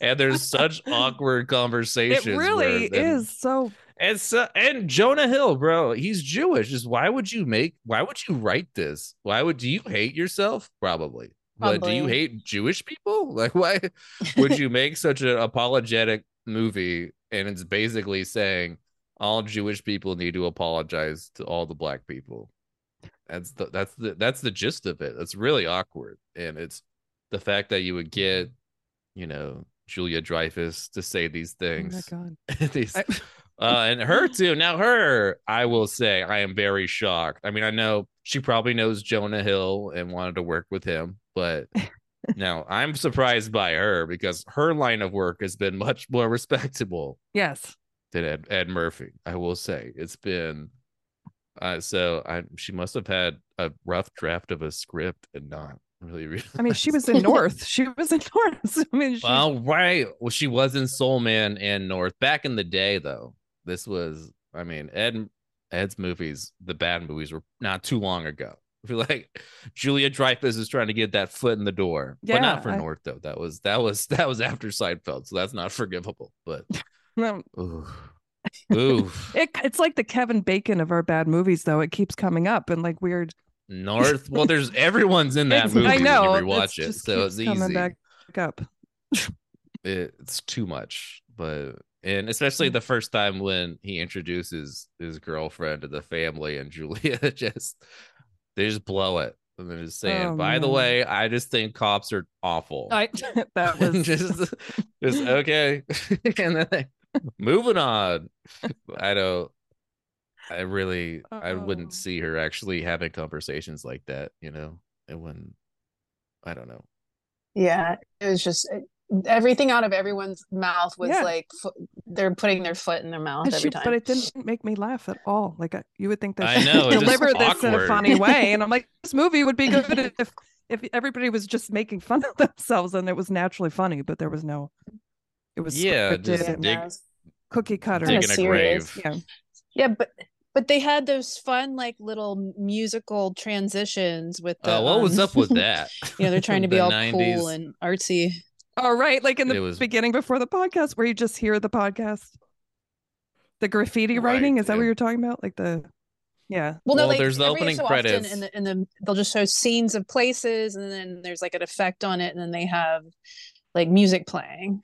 and there's such *laughs* awkward It conversations. where really then- is so. oh and so, and Jonah Hill, bro, he's Jewish. Just why would you make? Why would you write this? Why would do you hate yourself? Probably. But do you Probably. hate Jewish people? *laughs* Like, why would you make such an apologetic movie? And it's basically saying all Jewish people need to apologize to all the black people. That's the that's the that's the gist of it. It's really awkward, and it's the fact that you would get, you know, Julia Dreyfus to say these Oh my things *laughs* god. these I- *laughs* Uh, and her too. Now her, I will say, I am very shocked. I mean, I know she probably knows Jonah Hill and wanted to work with him, *laughs* but no, I'm surprised by her because her line of work has been much *laughs* more respectable Yes. than Ed, Ed Murphy. I will say it's been uh, so. I she must have had a rough draft of a script and not really. *laughs* Realize. I mean, she was in North. She was in North. *laughs* I mean, she, Well, right. Well, she was in Soul Man and North back in the day, though. This was, I mean, Ed Ed's movies, the bad movies, were not too long ago. *laughs* I feel like Julia Dreyfus is trying to get that foot in the door, but not Yeah, for I- North though. That was that was *laughs* that was after Seinfeld, so that's not forgivable. But no, ooh, ooh, um, *laughs* it, it's like the Kevin Bacon of our bad movies, though. It keeps coming up and like weird. North. Well, there's everyone's in that It's- movie I know. when you rewatch it's it, just so keeps it's coming easy. back up. it's too much but and especially Mm. the first time when he introduces his girlfriend to the family and *laughs* julia just they just blow it and they're just saying Oh, by the man. way i just think cops are awful Oh, I, *laughs* that And was *laughs* just, just okay *laughs* and then they, moving on *laughs* i don't i really i Oh. wouldn't see her actually having conversations like that you know it wouldn't i don't know Yeah, it was just it- everything out of everyone's mouth was Yeah. like fo- they're putting their foot in their mouth And every she- time. but it didn't make me laugh at all. Like I, you would think that I she know, would it was deliver this in a awkward. *laughs* funny way, and I'm like, this movie would be good if if everybody was just making fun of themselves and it was naturally funny, but there was no. It was Yeah, scripted just yeah, and dig- no, it's cookie cutter. kinda digging a serious. grave. Yeah. Yeah, but but they had those fun like little musical transitions with the. uh, what was um, up with *laughs* that You know, they're *laughs* trying to be The all 90s. cool and artsy. All right, like in the It was- beginning before the podcast, where you just hear the podcast, the graffiti Right, writing. Is that what yeah. you're talking about? Like the, yeah, Well, no, Well, like, there's the every opening so often credits. and, the, and then they'll just show scenes of places, and then there's like an effect on it, and then they have like music playing.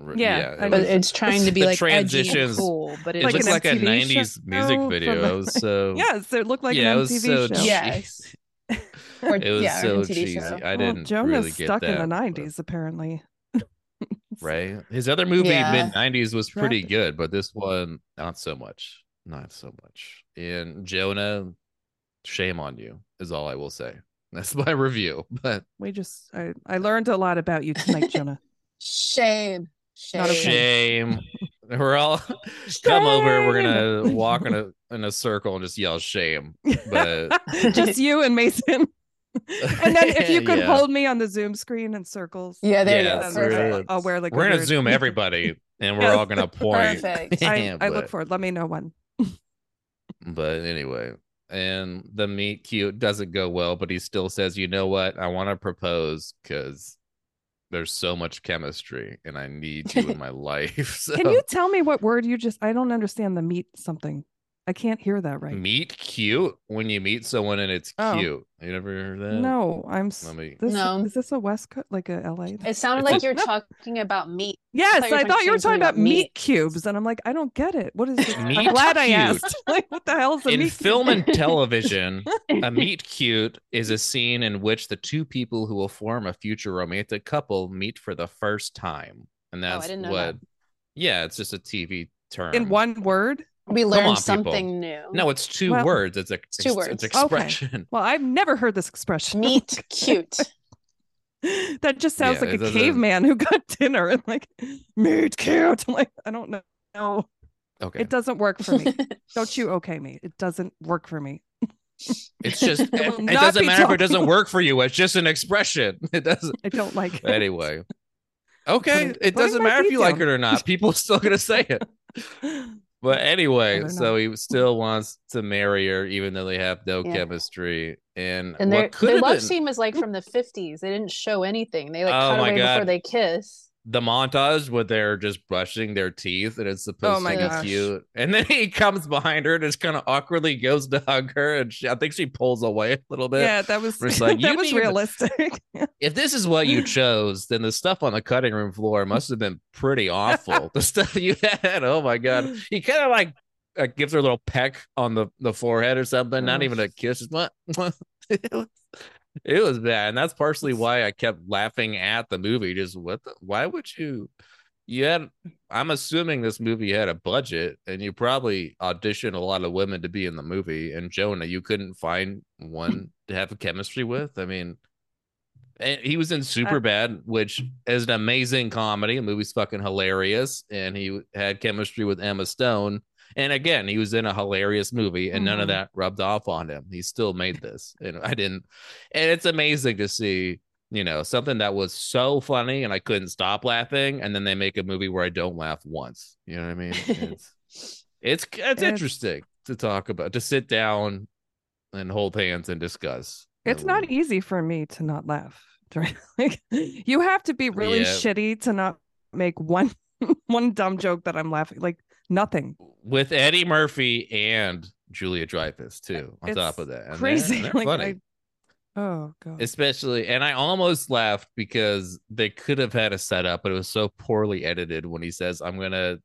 R- Yeah, it I But was- guess. it's *laughs* trying to be the like edgy and transitions- cool, but it it like looks an like a MTV 90s music show from video. the- It was *laughs* so yes, it looked like Oh. yeah, an it MTV was so show. cheesy. Yes. Or- It was yeah, or so MTV cheesy. show. I well, didn't Jonah's really get stuck that, in the but- '90s, apparently. right? His other movie Yeah. mid 90s was pretty Rapid. good, but this one not so much. Not so much. And Jonah, shame on you is all I will say. *laughs* That's my review. But We just I, I learned a lot about you *laughs* tonight, Jonah. Shame. Shame. Not okay. shame. We're all *laughs* come over. We're gonna walk in a in a circle and just yell *laughs* shame. But just you and Mason. and then if you could Yeah. hold me on the Zoom screen in circles. Yeah, there Yeah, you that's go. really- Perfect. I'll wear like a we're gonna weird- *laughs* zoom everybody and we're Yes. all gonna point. *laughs* Perfect. I, I But- look for it. Let me *laughs* know when. But anyway, and the meet cute doesn't go well, but he still says, "You know what? I want to propose because there's so much chemistry, and I need *laughs* you in my life." *laughs* So Can you tell me what word you just? I don't understand the meat something. I can't hear that right. meet cute when you meet someone and it's Oh. cute. You never heard that? No, I'm. s- Let me- This, Uh, No. Is this a West Coast like a LA? It sounded It's like a- you're No. talking about meat. yes, thought you were I talking- thought you were saying talking about meat, meat. cubes, and I'm like, I don't get it. What is? This? Meat I'm glad I cute. asked. *laughs* Like, what the hell is *laughs* a In meat? film cube? and television, a meet cute is a scene in which the two people who will form a future romantic couple meet for the first time, and Oh, I that's didn't know what. that. Yeah, it's just a TV term. in one word. We on, learned people. something new. No, it's two Well- words. It's a it's two words. It's Okay. expression. *laughs* Well, I've never heard this expression. Meat cute. *laughs* that just sounds Yeah, it like a doesn't- caveman who *laughs* got dinner and like meat cute. *laughs* I'm like, I don't know. No, Okay. it doesn't work for me. don't you okay me? It doesn't work for me. *gasps* it's *laughs* just it, will it not doesn't be matter if it talking- doesn't work for you. It's just an expression. *laughs* It doesn't I don't like it. anyway. Okay. Putting- It putting doesn't my matter if feet you like down. it or not. People are still gonna say it. But anyway, they're so he still wants to marry her, even though they have no Yeah. chemistry. And, *laughs* And their, what could their have love been scene was like from the 50s. They didn't show anything. They like Oh cut my away before God. they kiss. the montage where they're just brushing their teeth and it's supposed Oh my to be gosh. cute. And then he comes behind her and just kind of awkwardly goes to hug her. And she, I think she pulls away a little bit. yeah, that was We're just like, *laughs* that you was need- realistic. *laughs* if this is what you chose, then the stuff on the cutting room floor must have been pretty awful. the stuff you had, oh my god, he kind of like uh, gives her a little peck on the the forehead or something. Not Oh. even a kiss. Just what? *laughs* it was- it was bad, and that's partially why I kept laughing at the movie. Just what? The, why would you? you had i'm assuming this movie had a budget and you probably auditioned a lot of women to be in the movie and jonah you couldn't find one to have a chemistry with i mean and he was in super bad which is an amazing comedy the movie's fucking hilarious and he had chemistry with emma stone and again he was in a hilarious movie and none of Mhm. that rubbed off on him he still made this and i didn't and it's amazing to see you know, something that was so funny and I couldn't stop laughing. And then they make a movie where I don't laugh once. You know what I *laughs* mean? It's it's, it's, interesting to talk about, to sit down and hold hands and discuss. It's not easy. easy for me to not laugh. *laughs* during- like you have to be really Yeah. shitty to not make one *laughs* one dumb joke that I'm laughing like nothing. with Eddie Murphy and Julia Dreyfus too. On It's top of that, And they're- crazy. and they're *laughs* like funny. I, oh god. especially and i almost laughed because they could have had a setup but it was so poorly edited when he says i'm gonna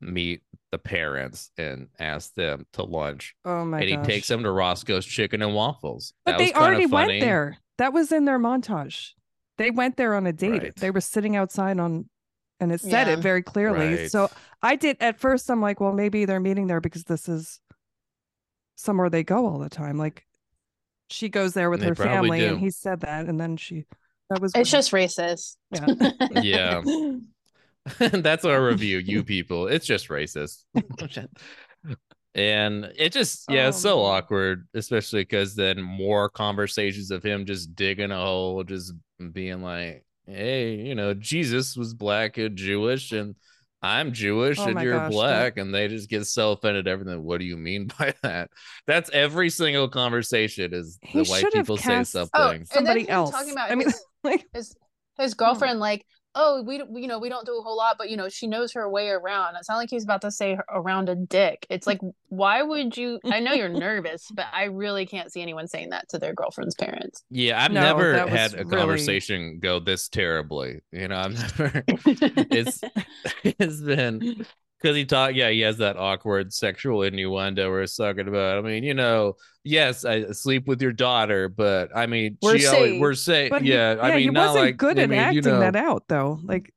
meet the parents and ask them to lunch oh my and he gosh. takes them to roscoe's chicken and waffles But That was they kinda already funny. went there. That was in their montage. They went there on a date. Right. They were sitting outside on, and it said it Yeah. very clearly. Right. So I did at first. I'm like, well, maybe they're meeting there because this is somewhere they go all the time. Like she goes there with They her probably family, and do. he said that, and then she. That was It's when- just racist. Yeah. *laughs* yeah *laughs* that's our review *laughs* you people it's just racist and it just yeah it's Oh, so man. awkward especially because then more conversations of him just digging a hole just being like hey you know jesus was black and jewish and i'm jewish Oh and my you're gosh, yeah. black and they just get so offended at everything what do you mean *laughs* by that that's every single conversation is He the white should have people cast- say Oh, something Somebody and then else. Him talking about I mean, his, *laughs* like- his his Hmm. girlfriend, like, oh, we don't- you know we don't do a whole lot, but you know she knows her way around. It's not like he was about to say her- around a dick. It's like, why would *laughs* you? I know you're nervous, but I really can't see anyone saying that to their girlfriend's parents. Yeah, I've No, never that was had a really- conversation go this terribly. You know, I've *laughs* never. *laughs* it's *laughs* it's been because he taught. Yeah, he has that awkward sexual innuendo we're talking about. I mean, you know, yes, I sleep with your daughter, but I mean, We're she always- safe. we're saying, but he- Eh, yeah, I mean, he not wasn't like good I at mean, acting you know, that out though. Like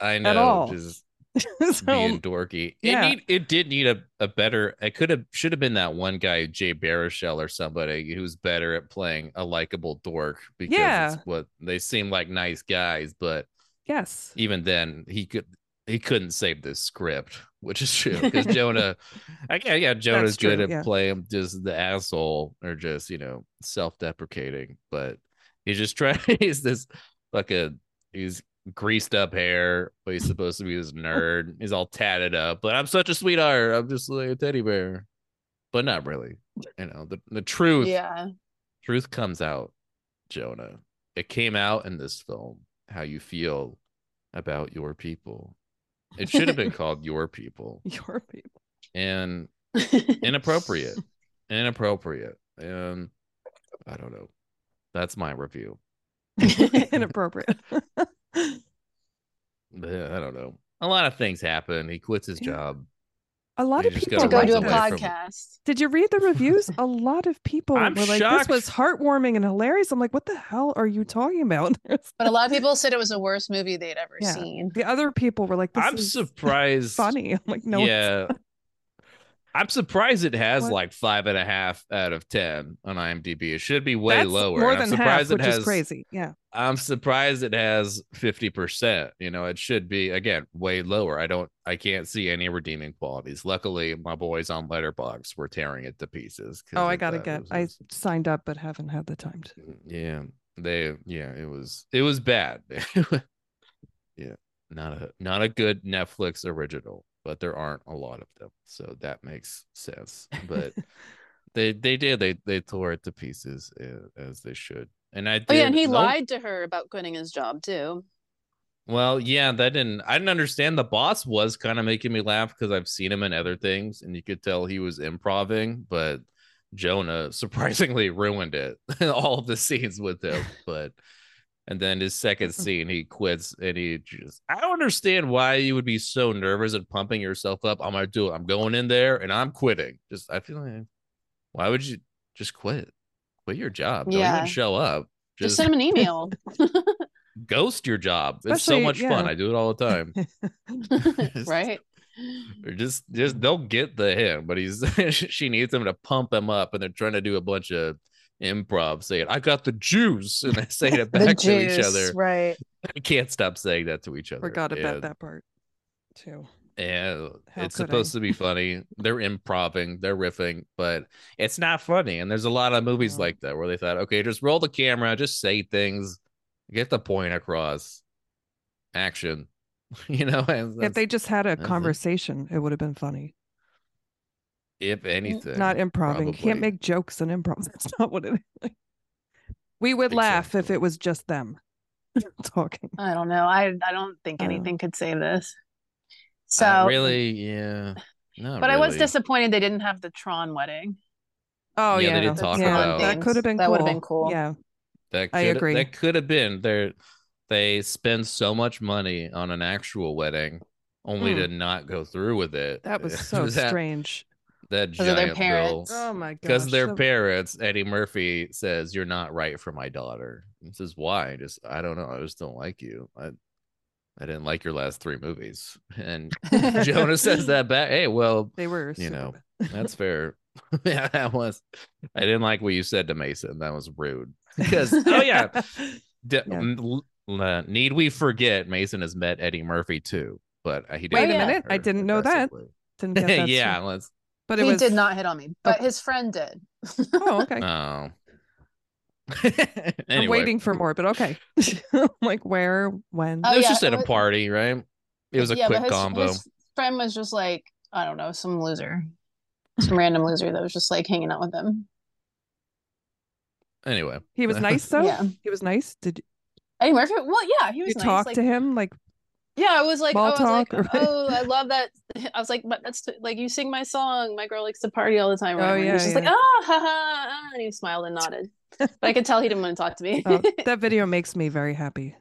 I know, all. just *laughs* so, being dorky. yeah. It need, it did need a, a better. It could have should have been that one guy, Jay Baruchel or somebody who's better at playing a likable dork because Yeah. it's what they seem like nice guys, but yes. *laughs* even then he could he couldn't save this script, which is true *laughs* because Jonah, I yeah, yeah Jonah's true, good at yeah. playing just the asshole or just you know self deprecating, but he's just trying. *laughs* He's this like a he's greased up hair, but he's supposed to be *laughs* this nerd. He's all tatted up, but I'm such a sweetheart. I'm just like a teddy bear, but not really. You know the the truth yeah. truth comes out, Jonah. It came out in this film how you feel about your people. It should have *laughs* been called Your People *laughs* Your people. *laughs* and inappropriate. inappropriate. And I don't know. That's my review. *laughs* *laughs* Inappropriate. Yeah, Eh, I don't know. A lot of things happen. He quits his Yeah. job. A lot You of just gotta people to go runs do a away from- podcast. Did you read the reviews? A lot of people I'm were like, shocked. "This was heartwarming and hilarious." I'm like, "What the hell are you talking about?" *laughs* But a lot of people said it was the worst movie they'd ever Yeah. seen. the other people were like, "This I'm is surprised. funny." *laughs* I'm like, "No, it's- yeah. I'm surprised it has What? like five and a half out of ten on IMDb. It should be way that's lower. more and I'm than half, surprised which it has is crazy." Yeah, I'm surprised it has 50%. You know, it should be again way lower. I don't I can't see any redeeming qualities. Luckily, my boys on Letterbox were tearing it to pieces. 'cause oh, I of gotta that. get. It I was- signed up, but haven't had the time to. Yeah. They yeah, it was it was bad. *laughs* yeah. Not a not a good Netflix original, but there aren't a lot of them. So that makes sense. *laughs* But they they did. They they tore it to pieces uh, as they should. And I did Oh yeah, and he no- lied to her about quitting his job too. Well, yeah, that didn't. I didn't understand. The boss was kind of making me laugh because I've seen him in other things, and you could tell he was improving. But Jonah surprisingly ruined it. *laughs* All of the scenes with him, but and then his second scene, he quits, and he just. I don't understand why you would be so nervous and pumping yourself up. I'm gonna do it. I'm going in there, and I'm quitting. Just I feel like, why would you just quit? Quit your job. Don't Yeah. even show up. *laughs* Just, send him an email. ghost your job. it's so Especially- much fun. yeah. I do it all the time. *laughs* *laughs* Just- right? Or just just don't get the him, but he's *laughs* she needs him to pump him up, and they're trying to do a bunch of improv saying, I got the juice, and they say *laughs* it The back to each juice, other. Right. I can't stop saying that to each other. Forgot about and, that part too. And How Eh, it's could I? supposed to be funny. They're improving, they're riffing, but it's not funny. And there's a lot of movies No. like that where they thought, okay, just roll the camera, just say things, get the point across, action. *laughs* You know, and If they just had a that's it. conversation, it would have been funny. if anything, Not improving. Can't probably. make jokes in improv. *laughs* That's not what it is. We would laugh if Exactly. it was just them *laughs* talking. I don't know. I I don't think Uh, anything could save this. So mm Uh, really, yeah. Not but I was really. disappointed they didn't have the Tron wedding. Oh Yeah, yeah, they didn't no, talk yeah, about- that could have been. That cool. would've been cool. Yeah, That I could, agree. That could have been there. They spend so much money on an actual wedding, only to not go through with it. Mm. *laughs* that was so that, strange. That 'Cause of their giant parents. bill. *laughs* my god. Because their parents, Eddie Murphy says, "You're not right for my daughter." This is why. Just I don't know. I just don't like you. I, I didn't like your last three movies. *laughs* And *laughs* Jonah *laughs* says that back. Hey, well, They were. you super know, bad. That's fair. *laughs* yeah, that was. I didn't like what you said to Mason. That was rude. *laughs* *laughs* Because oh *laughs* yeah, D- Yeah. m- l- uh, need we forget Mason has met Eddie Murphy too? But uh, he did. Wait a minute, I didn't know that. *laughs* Didn't get that. yeah, stuff. let's. but it he was. did not hit on me, but his friend did. *laughs* Oh okay. Oh. I'm Anyway, waiting for more, but *laughs* okay. *laughs* like where, when? Oh, it was yeah, just at it a was- party, right? It was a Yeah, but his- quick combo. His friend was just like, I don't know, some loser. Some random loser that was just like hanging out with them. Anyway, *laughs* He was nice though. Yeah. He was nice. Did Eddie Murphy. Well, yeah, he was you nice. talk like, to him? Like Yeah, I was like, Small oh, I was talk or like, oh, *laughs* I love that. I was like, but that's like you sing my song. My girl likes to party all the time. Oh, Right? yeah, he's just like, yeah. oh, ha, ha, ah," and he smiled and nodded. But I could tell he didn't want to talk to me. *laughs* oh, that video makes me very happy.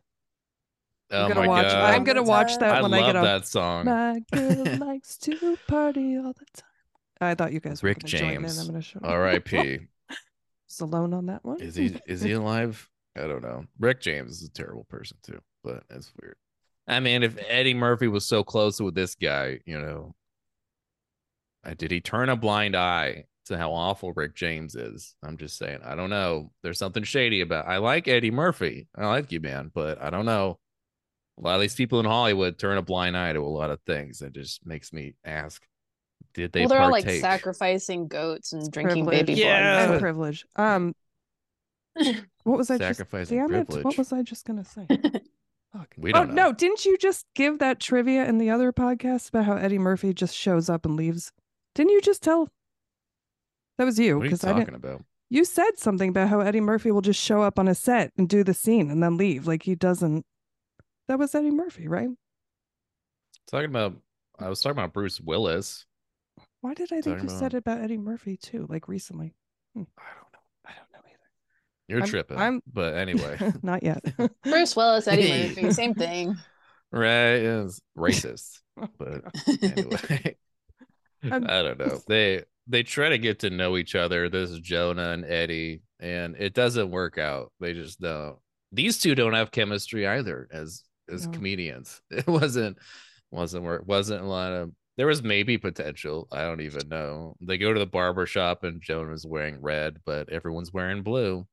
oh I'm gonna my watch. god, I'm gonna watch that I when love I get off. that song. My *laughs* girl likes to party all the time. I thought you guys were Rick gonna join in. James. I'm gonna show R.I.P. Is alone on that one. Hmm. Is he is he alive? I don't know. Rick James is a terrible person too, but that's weird. I mean, if Eddie Murphy was so close with this guy, you know, uh, did he turn a blind eye to how awful Rick James is? I'm just saying, I don't know. There's something shady about. I like Eddie Murphy. I like you, man, but I don't know. A lot of these people in Hollywood turn a blind eye to a lot of things. It just makes me ask, did they well, they're all like partake? sacrificing goats and drinking Privilege. baby Yeah. blood. *laughs* And privilege. Um, what was I just? Sacrificing Damn it! privilege. What was I just gonna say? Fuck. We oh don't know. no! Didn't you just give that trivia in the other podcast about how Eddie Murphy just shows up and leaves? Didn't you just tell? That was you What are you because I talking didn't. about? You said something about how Eddie Murphy will just show up on a set and do the scene and then leave, like he doesn't. That was Eddie Murphy, right? Talking about. I was talking about Bruce Willis. Why did I think Talking you said about- about Eddie Murphy too, like recently? Hmm. I don't know. I don't know either. You're I'm- tripping. I'm- but *laughs* anyway, Not *laughs* yet. Bruce Willis, Eddie Hey. Murphy, same thing. right? It's racist. But anyway, *laughs* *laughs* I'm- I don't know. They they try to get to know each other. This is Jonah and Eddie, and it doesn't work out. They just don't. These two don't have chemistry either as as No. comedians. *laughs* It wasn't wasn't work wasn't a lot of. There was maybe potential. I don't even know. They go to the barber shop and Jonah's wearing red, but everyone's wearing blue.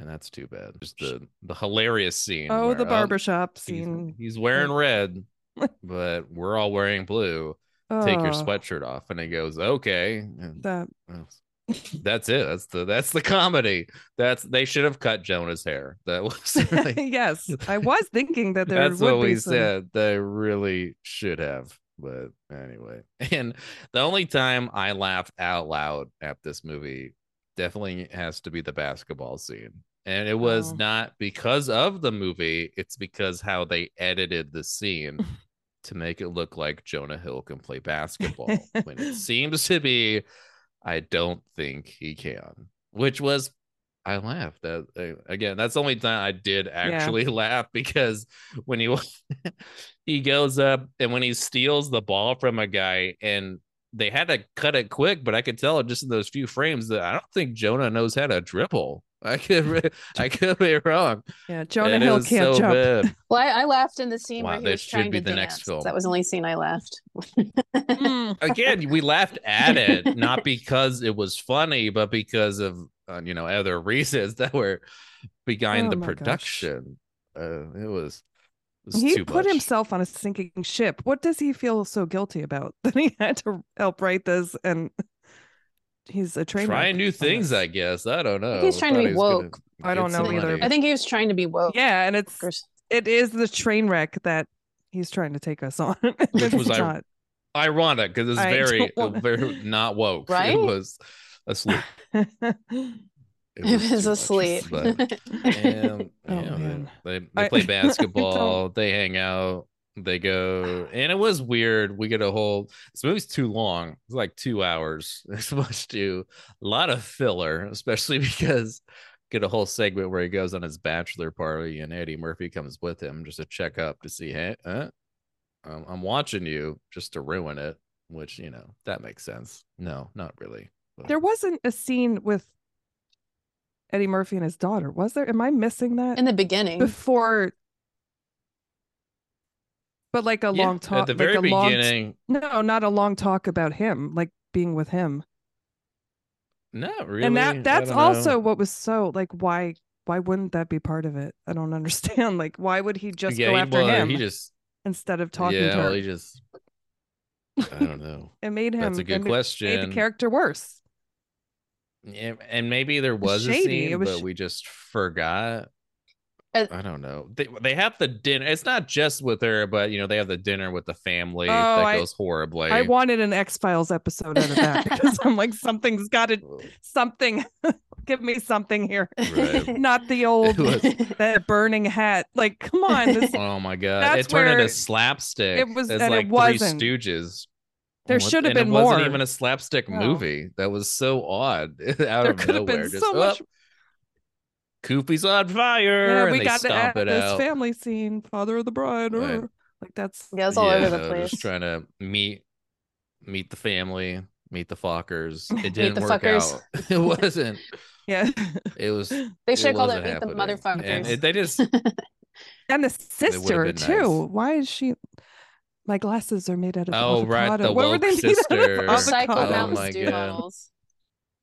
And that's too bad. Just the, the hilarious scene. oh, where, the barbershop He's- scene. He's, wearing *laughs* red, but we're all wearing blue. Take your Oh, sweatshirt off, and he goes, "Okay." And That that's it. That's the that's the comedy. That's they should have cut Jonah's hair. That *laughs* was *laughs* really, yes, I was thinking that there that's would what be we some- said. They really should have. But anyway, *laughs* and the only time I laughed out loud at this movie definitely has to be the basketball scene. And it was Oh. not because of the movie, it's because how they edited the *laughs* scene to make it look like Jonah Hill can play basketball when *laughs* it seems to be I don't think he can, which was I laughed at uh, again. That's the only time I did actually *laughs* laugh because when he *laughs* he goes up and when he steals the ball from a guy and they had to cut it quick, but I could tell just in those few frames that I don't think Jonah knows how to dribble. I could re- I could be *laughs* wrong. Yeah, Jonah and it Hill was can't so jump. *laughs* bad. *laughs* Well, I, I laughed in the scene Wow, where he that was should trying be to the dance. next film. That was the only scene I laughed. *laughs* Mm. Again, we laughed at it not because it was funny, but because of uh, you know other *laughs* reasons that were behind Oh the my gosh. production. Uh, it was. It was He too put much. himself on a sinking ship. What does he feel so guilty about *laughs* that he had to help write this? And he's a train. trying wreck new on things, this. I guess. I don't know. he's trying to Thought be he was gonna woke. I don't get know some either. money. I think he was trying to be woke. Yeah, and it's Oh, Chris. it is the train wreck that he's trying to take us on. *laughs* Which was It's ir- not. ironic because it's I very, don't wanna- very not woke. Right? It was asleep. *laughs* *laughs* He too was much, asleep. but- And, *laughs* Oh, yeah, man. man. They, they I- play *laughs* I don't- basketball, they hang out, they go. And it was weird. We get a whole this movie's too long. It's like two hours. *laughs* It's supposed to a lot of filler, especially *laughs* because get a whole segment where he goes on his bachelor party and Eddie Murphy comes with him just to check up to see, hey, uh, um, I'm watching you just to ruin it, which you know, that makes sense. No, not really. but- there wasn't a scene with Eddie Murphy and his daughter, was there? Am I missing *laughs* that? In the beginning. Before, but like a Yeah, long talk at the like very a long t- beginning. no, not a long talk about him, like being with him. Not really. And I that that's don't know. also what was so like why why wouldn't that be part of it? I don't *laughs* understand. Like why would he just yeah, go he- after well, him He just instead of talking yeah, to her? well, he just. I don't know. it made *laughs* him That's a good and it Made question. the character worse. and, and maybe there was a shady, it scene, was but sh- we just forgot. Uh, I don't know. They they have the dinner. It's not just with her, but you know they have the dinner with the family Oh, that I- goes horribly. I wanted an X Files episode out *laughs* of that because I'm like, something's got to, something, *laughs* give me something here. Eh. *laughs* *laughs* Right. Not the old, was- that burning hat. Like, come on. *laughs* This, oh my god! That's it turned where- into slapstick. it was- It's and it like wasn't. Three Stooges. There And what- should have and it been wasn't more. even a slapstick No. movie. That was so odd *laughs* out there of could have nowhere. been just, so "Oh, much. Koopy's on fire. Yeah, and we they got to add stomp it this out. family scene, father of the bride. Right. or- Like, that's, yeah, it's all Yeah, over the no, place. Just trying to meet meet the family, meet the Fockers. *laughs* It Meet didn't the work fuckers. out. *laughs* It wasn't. yeah. *laughs* It was. they should have called it wasn't Meet the happening. And Motherfuckers. *laughs* it- they just And the sister, been nice. too. Why is she, my glasses are made out of Oh, right, avocado. the what were woke they made sister. out of? Recycled Oh Avocado. my Mountain Dew God. bottles.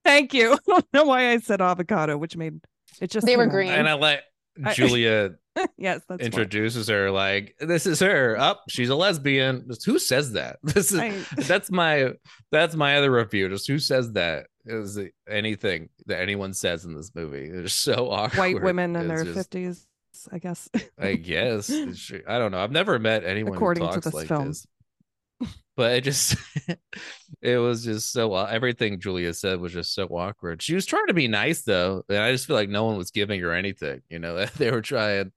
Thank you. *laughs* I don't know why I said avocado, which made it just They were came out. green. and I let I- Julia *laughs* yes, that's why. introduces her like this is her. Up, she's a lesbian. Just who says that? *laughs* This is I- that's my that's my other review. Just who says that is anything that anyone says in this movie. It's so *laughs* awkward. white women in It's their just- fifties, I guess. *laughs* Oh, I guess. it should- I don't know. I've never met anyone According who to talks this like film. this. But it just, *laughs* it was just so aw- everything Julia said was just so awkward. She was trying to be nice though, and I just feel like no one was giving her anything. You know, *laughs* they were trying,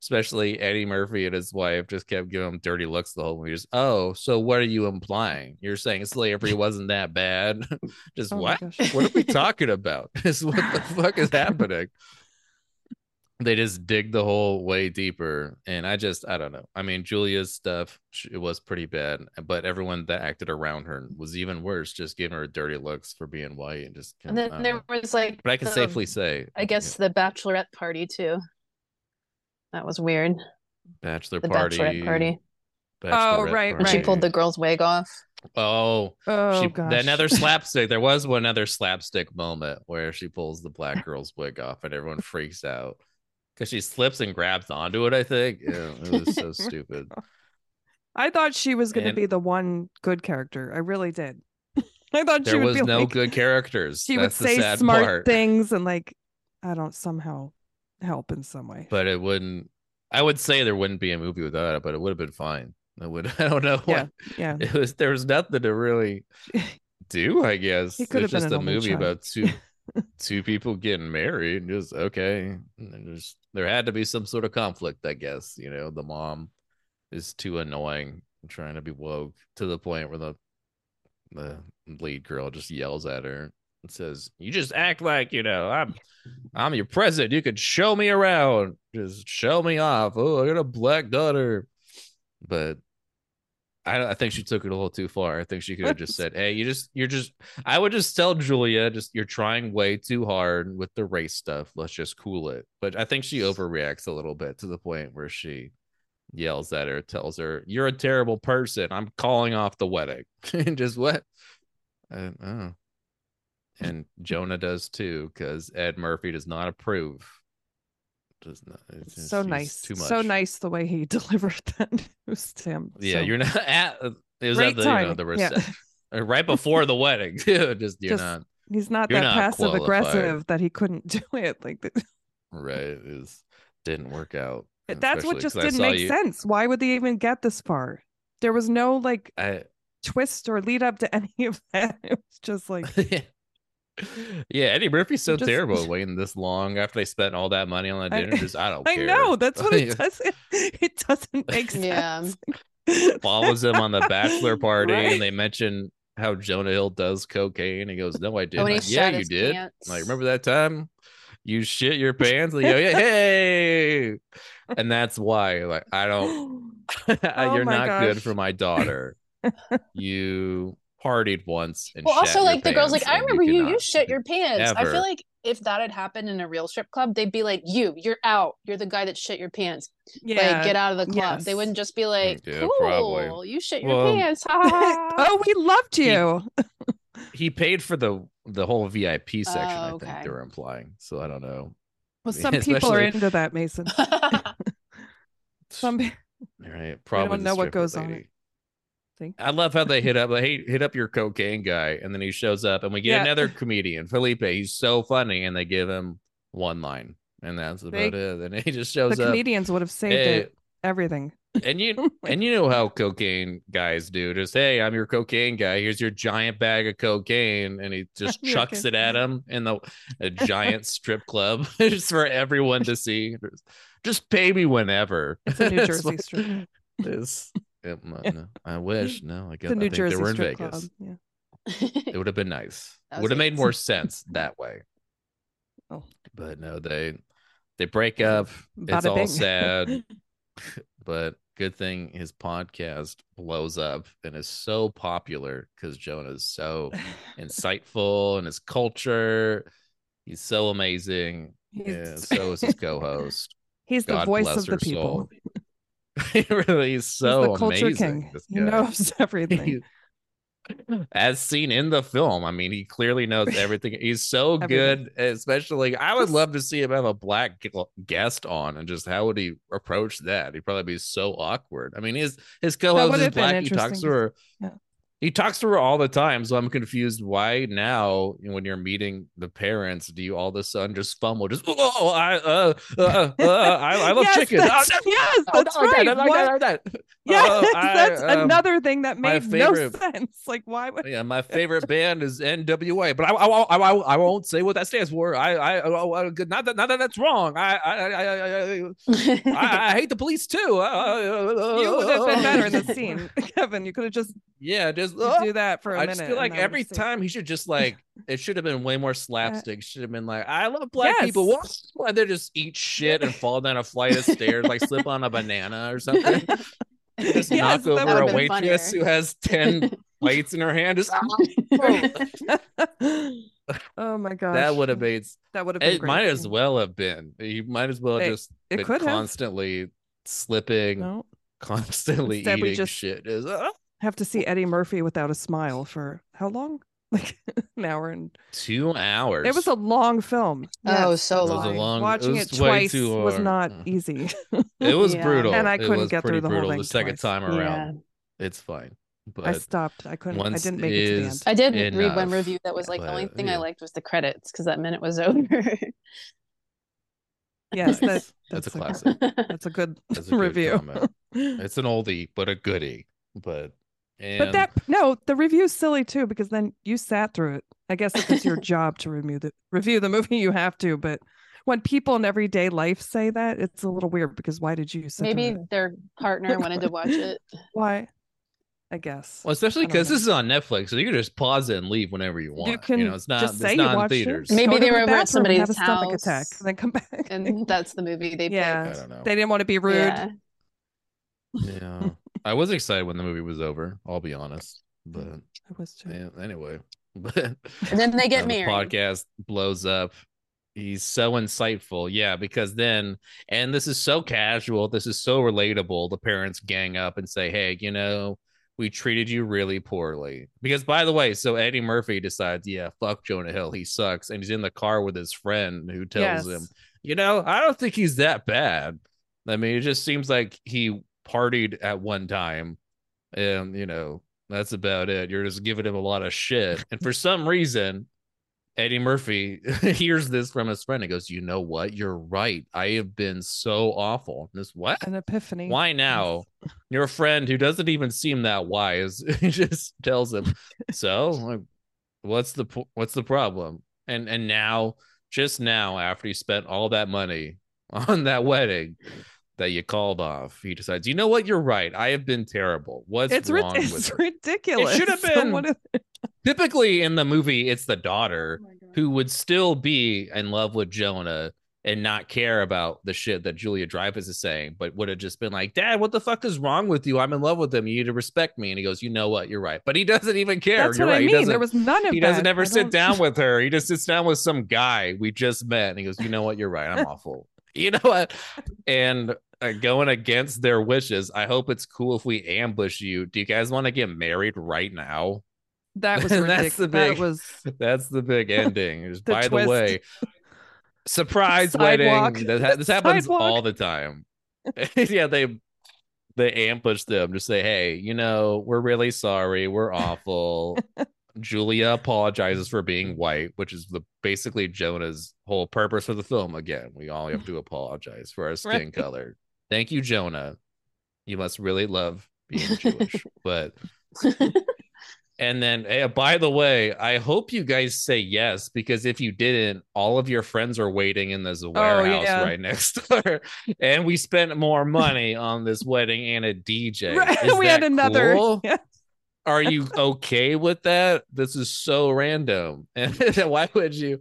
especially Eddie Murphy and his wife just kept giving him dirty looks the whole movie. Just, oh, so what are you implying? You're saying *laughs* slavery wasn't that bad? *laughs* just Oh my what? gosh. what are *laughs* we talking about? *laughs* Is what the fuck is happening? They just dig the hole way deeper, and I just I don't know. I mean, Julia's stuff sh- it was pretty bad, but everyone that acted around her was even worse, just giving her dirty looks for being white and just. and I then don't there know. was like but I can the- safely say, I guess the bachelorette party too. That was weird. bachelor The party, bachelorette party. Oh, bachelorette right, When she pulled the party. girl's wig off. Oh, oh she, gosh. *laughs* another slapstick. There was one other slapstick moment where she pulls the black girl's wig off and everyone freaks out because she slips and grabs onto it. I think yeah, it was *laughs* so stupid. I thought she was going to And- be the one good character. I really did. *laughs* I thought she There would was be no like, good characters. *laughs* She That's would say the sad smart part. things and like, I don't somehow help in some way. but it wouldn't. I would say there wouldn't be a movie without it, but it would have been fine. I would. *laughs* I don't know. Yeah, what- yeah. It was there was nothing to *laughs* really do. I guess It could it's have been just an a only movie child. about two *laughs* two people getting married and just okay and then there's there had to be some sort of conflict i guess you know the mom is too annoying and trying to be woke to the point where the the lead girl just yells at her and says you just act like you know i'm i'm your president you could show me around just show me off oh i got a black daughter but I, I think she took it a little too far. I think she could have just said, "Hey, you just you're just." I would just tell Julia, just you're trying way too hard with the race stuff. Let's just cool it. But I think she overreacts a little bit to the point where she yells at her, tells her, "You're a terrible person. I'm calling off the wedding." *laughs* and just what? I do *laughs* And Jonah does too, because Ed Murphy does not approve. Does not. it's just- so he's nice. Too much. So nice the way he *laughs* delivered that news to him. Yeah, So- you're not *laughs* at. It was Great at the you know timing. the Yeah. reception. *laughs* Uh, right before the wedding *laughs* too. Just you're Just- not He's not You're that not passive qualified. aggressive that he couldn't *laughs* do it. Like th- right. Is didn't work out. and that's what especially just 'cause I didn't saw make you- sense. Why would they even get this far? There was no like I twist or lead up to any *laughs* of that. It was just like *laughs* yeah, Eddie Murphy's so Just- terrible waiting this long after they spent all that money on the I- dinner. just I don't. *laughs* I care. know *laughs* that's what Yeah. it doesn't. *laughs* It *laughs* doesn't make sense. Yeah. follows him on the *laughs* bachelor party, Right? and they mention how Jonah Hill does cocaine. He goes, "No, I didn't. Oh, he Like, yeah, shat you his did. Like, pants. remember that time you shit *laughs* your pants?" And you go, "Yeah, hey!" And that's why, like, I don't. *gasps* *laughs* *gasps* Oh You're my not good gosh. for my daughter. you partied once, and Well, shat also your like the girl's like, I pants, and remember you. You, cannot- shit your pants. I ever- feel like if that had happened in a real strip club, they'd be like, "You, you're out. You're the guy that shit your pants. Yeah. *laughs* Like, get out of the club." They yes. wouldn't just be like, Mm, Yeah, "Cool, probably. you shit your Well- pants." Ha, ha, ha. oh, we loved He- you. He paid for the the whole VIP section. I Oh, think okay. they were implying. So I don't know. *laughs* Well, some people are especially- into *laughs* that, Mason. Some pe- Right. Probably the know what stripper goes on it. lady. Think. I love how they hit up like hey, hit up your cocaine guy, and then he shows up, and we get Yeah. another comedian, Felipe. He's so funny, and they give him one line, and that's about it. And he just the shows up. comedians would have saved "Hey," it. Everything. and *laughs* you Oh and you know how cocaine guys do. Just hey, I'm your cocaine guy. Here's your giant bag of cocaine, and *laughs* he just Your chucks it cocaine. *laughs* at him in the a giant strip club, *laughs* just for everyone to see. Just, just pay me whenever. *laughs* It's a *laughs* New It's Jersey like- strip. club. It's it, *laughs* mu- no, I wish. No, I guess It's a I New think Jersey they were in strip Vegas. club. Yeah. It would have been *laughs* nice. That was Would have made it. more sense that way. Oh. But no, they they break up. it's Bada all bing. *laughs* sad. but good thing his podcast blows up and is so popular because Jonah's *laughs* so insightful and his culture. He's so amazing. *laughs* Yeah, He's- so is his co-host. *laughs* He's the God voice bless of her the people. soul. he really is so He's the culture amazing. king. this He guy. knows *laughs* everything. *laughs* as seen in the film. I mean, he clearly *laughs* knows everything. He's so Everything. good, especially. I would Just- love to see him have a black gu- guest on, and just how would he approach that? He'd probably be so awkward. I mean, his his would co-host is have been black. He talks interesting to to- her. yeah. He talks to her all the time, so I'm confused why now, when you're meeting the parents, do you all of a sudden just fumble? Just oh, oh, I, uh, uh, uh, I, I love *laughs* yes, chicken. That's, Oh, no, yes, *laughs* oh, *laughs* that's no, I right. got it, I got What- it, I got it. Yes, *laughs* Oh, I, that's um, another thing that my made no favorite- *laughs* sense. Like, why *laughs* would Yeah, my favorite band is NWA, but I, I, won't- I, won't- I won't say what that stands for. I, I, I, I- not that, not that that's wrong. I, I, I, I, I, I, I hate the police too. Uh, you You would have been better in oh, the scene, *laughs* Kevin? You could *laughs* have just uh, Yeah, just you do that for a Oh, I minute. just feel like and that every would've saved- *laughs* time he should just like it should have been way more slapstick. Should have been like, I love black people. What? Yes. And they just eat shit and fall down a flight of stairs, like slip on a banana or something. Just *laughs* Yes, knock that would over have a been waitress funnier. who has *laughs* ten plates in her hand. Just *laughs* oh my *laughs* gosh, that would have made that would have been It great. might as Yeah. well have been. You might as well It- just it been could have. constantly slipping, No, constantly Instead, we eating just- shit. Is uh, have to see Eddie Murphy without a smile for how long? *laughs* Like an hour and two hours. it was a long film. Oh, Yes, so It was a long. long- Watching it it, was way twice too was long. *laughs* not Mm. easy. It was Yeah. brutal, And I It couldn't was get pretty through the whole brutal thing The second twice. time yeah. around, it's fine. I But stopped. I couldn't. I once didn't make it to the is- end. *laughs* I did read one Enough. review that was like the only But, thing yeah. I liked was the credits because that meant it was *laughs* *laughs* over. Yes, nice. that, that's a classic. That's a good That's *laughs* a good review. comment. It's an oldie but a goodie. But and but that no, the review's silly too because then you sat through it. I guess if it's your *laughs* job to review the review the movie, you have to. But when people in everyday life say that, it's a little weird because why did you sit through Maybe it? their partner wanted to watch it. Why? I guess. well, especially I don't because know. this is on Netflix, so you can just pause it and leave whenever you want. You, know, can it's not just it's say you not in watched it. theaters. Maybe Go to they the were over at bathroom and somebody's have a stomach attack house and then come back. *laughs* and that's the movie they yeah, I don't know. they didn't want to be picked. rude. Yeah. Yeah. I was excited when the movie was over. I'll be honest, but I was too. yeah, anyway, *laughs* but And then they get uh, the married. podcast blows up. He's so insightful, yeah, because then, and this is so casual. This is so relatable. The parents gang up and say, "Hey, you know." We treated you really poorly. Because, by the way, so Eddie Murphy decides, yeah, fuck Jonah Hill. He sucks. And he's in the car with his friend who tells him, you know, I don't think he's that bad. I mean, it just seems like he partied at one time, and you know, that's about it. You're just giving him a lot of shit. And for some reason, Eddie Murphy *laughs* hears this from his friend and goes, You know what? You're right. I have been so awful. And this what? An epiphany. Why now? Your friend who doesn't even seem that wise *laughs* just tells *laughs* him, "So, like, what's the po- what's the problem?" And and now, just now, after he spent all that money *laughs* on that wedding that you called off, he decides, "You know what? You're right. I have been terrible. What's It's, rid- wrong with it's her?" ridiculous. should *laughs* have So been- what if- Typically, in the movie, it's the daughter who would still be in love with Jonah and not care about the shit that Julia Dreyfus is saying, but would have just been like, Dad, what the fuck is wrong with you? I'm in love with him. You need to respect me. And he goes, You know what? You're right. But he doesn't even care. That's You're what right. I He mean. doesn't, There was none of he that. doesn't ever I sit don't- *laughs* down with her. He just sits down with some guy we just met. And he goes, You know what? You're right. I'm awful. *laughs* You know what? And uh, going against their wishes, I hope it's cool if we ambush you. Do you guys want to get married right now? *laughs* That was That's the ridiculous. big- That *laughs* was That's the big ending. Is, *laughs* The by the twist. way, surprise Sidewalk. wedding. That ha- this happens Sidewalk. all the time. *laughs* yeah, they they ambush them to say, "Hey, you know, we're really sorry. *laughs* We're awful." Julia apologizes for being white, which is the basically Jonah's whole purpose for the film. Again, we all have to apologize for our skin Right. color. Thank you, Jonah. You must really love *laughs* being Jewish, but *laughs* and then, eh, by the way, I hope you guys say yes because if you didn't, all of your friends are waiting in this warehouse Oh, yeah. right next door, *laughs* and we spent more money on this wedding and a DJ. Is *laughs* we had that another. cool? *laughs* Yeah. Are you okay with that? This is so random. *laughs* And why would you?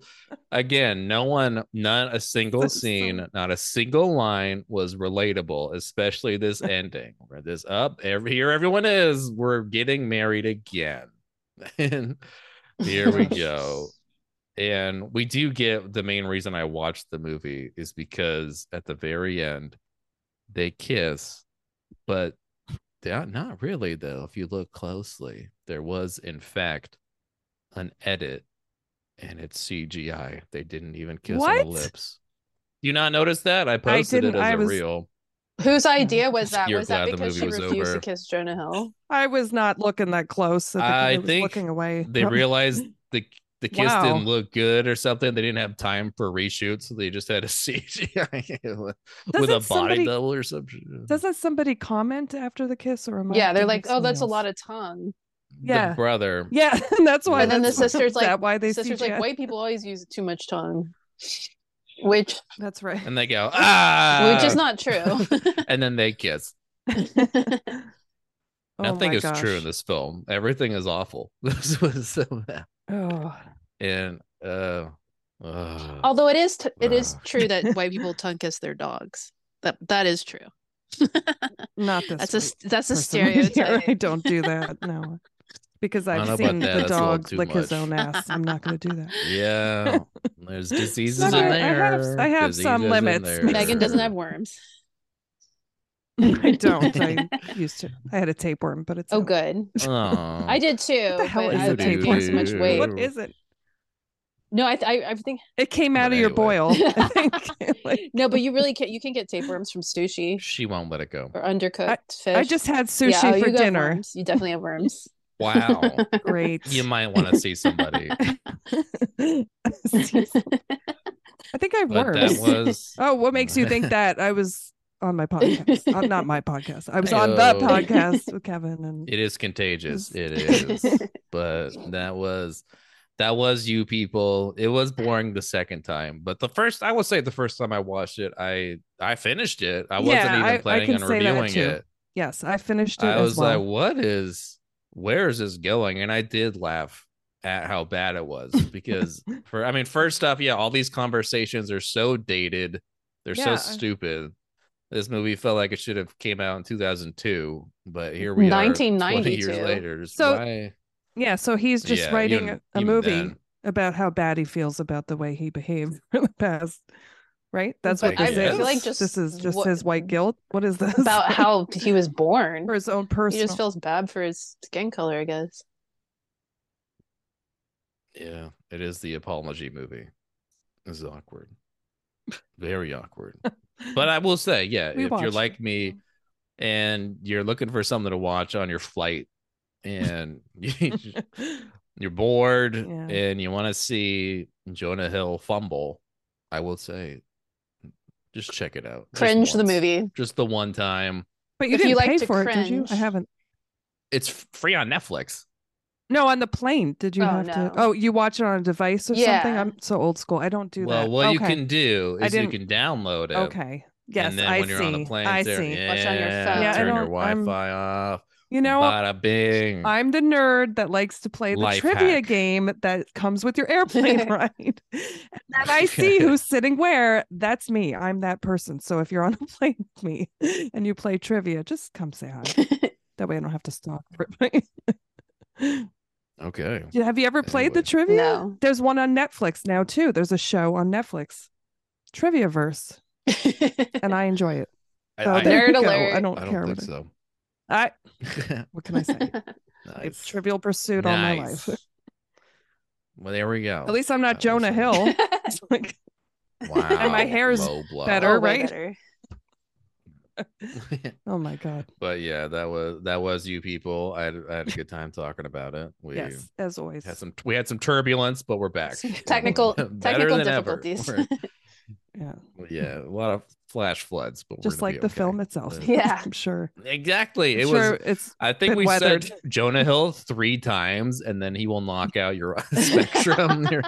Again, no one, not a single This is so- scene, not a single line was relatable, especially *laughs* this ending where this up every here everyone is. We're getting married again. *laughs* And here *laughs* we go. And we do get the main reason I watched the movie is because at the very end, they kiss, but they're not really, though. If you look closely, there was, in fact, an edit and it's CGI. They didn't even kiss What? on the lips. You not notice that? I posted it didn't. as a I was- reel. Whose idea was that? You're was that glad the because she movie was refused over. to kiss Jonah Hill? I was not looking that close. I think I I was think looking away. *laughs* They from- realized the the kiss Wow. didn't look good or something. They didn't have time for reshoots, so they just had a *laughs* CGI with a body Doesn't somebody- double or something. Doesn't somebody comment after the kiss or am I yeah, they're thinking like, of oh, that's a something lot else?" *laughs* of tongue. Yeah. The brother. Yeah, *laughs* and that's why. And then the that's why- sister's is like- *laughs* that why they Sister's CGI? like, white people always use too much tongue, which That's right. And they go, ah, which is not *laughs* true. *laughs* and then they kiss. Oh Nothing my is true in gosh. this film. Everything is awful. *laughs* This was so bad. Oh, And uh, uh, Although it is t- it is Ugh. True that white *laughs* people tongue kiss their dogs. That that is true. not this. That's week. a that's a personally. *laughs* Yeah, stereotype. I don't do that. No, because I I've don't know about seen that, the that's a little dog too lick his much. *laughs* own ass. I'm not going to do that. yeah, *laughs* there's diseases in Not there. a- I have- I have diseases some in limits. there. Megan doesn't *laughs* have worms. I *laughs* don't. I used to. I had a tapeworm, but it's Oh, out. good. Aw. I did too. the hell but is I, a I tapeworm? gained so much weight. Oh. Ew. What is it? No, I, th- I I think It came But out of your anyway. boil. I *laughs* think. *laughs* Like, no, *laughs* but you really can you can get tapeworms from sushi She won't let it *laughs* go. or undercooked fish. I just had Yeah, sushi oh, you for got dinner. worms. You definitely have *laughs* worms. Wow, *laughs* Great. *laughs* you might want to see somebody. I think I have *laughs* But worms. that was Oh, what makes you *laughs* think that? I was on my podcast. Uh, not my podcast. I was on the Ayo. *laughs* podcast with Kevin and it is *laughs* contagious. It It's- is. but that was that was you people it was boring the second time but the first i would say the first time i watched it i i finished it i wasn't Yeah, even I- I planning can on say that reviewing too. it yes, I finished it i as was well. like what is where is this going and i did laugh at how bad it *laughs* was because for i mean first off yeah all these conversations are so dated they're Yeah, I- so stupid This movie felt like it should have came out in 2002, but here we are 20 years 1992. later. Just So- why- Yeah, so he's just Yeah, writing even- a, a even movie then. about how bad he feels about the way he behaved *laughs* in the past. Right? That's what I this guess. is. feel like just this is just what- his white guilt. What is this? *laughs* about how he was born. *laughs* for his own He personal just feels bad for his skin color, I guess. Yeah, it is the apology movie. This is awkward. Very awkward. But I will say, yeah, We if watched you're it. like me and you're looking for something to watch on your flight *laughs* and *laughs* you- you're bored Yeah. and you want to see Jonah Hill fumble, I will say just check it out. Just Cringe the once. movie. Just the one time. *gasps* But you if you didn't like pay to for it, did you? I cringe- haven't. It's f- free on Netflix. No, on the plane. Did you Oh, have no. to? Oh, you watch it on a device or something? Yeah. I'm so old school. I don't do well, that. what okay. you can do I is you can didn't- download it. Okay. Yes, and then I when see. you're on the plane, I there- see. Yeah, Watch on your phone. Yeah, I turn your don't- I'm- Wi-Fi off. You know, bada bing. I'm the nerd that likes to play the Life trivia hack. game that comes with your *laughs* airplane ride. *laughs* And I see who's sitting where. That's me. I'm that person. So if you're on a *laughs* plane with me and you play trivia, just come say *laughs* hi. That way I don't have to stop. *laughs* *laughs* okay. Yeah, have you ever played Anyway. the trivia? No. There's one on Netflix now too. There's a show on Netflix, Trivia Verse, and I enjoy it. I, So I- there Nerd you go. alert. I don't I care don't about think it. so. I *laughs* what can *laughs* *laughs* I say? It's Nice. Trivial Pursuit all my life. Nice. Well, there we go. At least I'm not That was Jonah *laughs* a- Hill. It's like, *laughs* Wow. and *laughs* my hair's Low blow. better. way right? better. oh my god. *laughs* but yeah, that was that was you people. I had, I had a good time talking about it. We Yes, as always. had some we had some turbulence, but we're back. Technical- *laughs* Better technical than ever. difficulties. We're- Yeah. *laughs* yeah, a lot of flash floods, but Just we're like gonna be the okay. film itself. Uh, Yeah. *laughs* I'm sure. Exactly. I'm It sure was *laughs* it's *laughs* I think been we weathered. *laughs* said Jonah Hill three times, and then he will knock out your *laughs* spectrum. Your-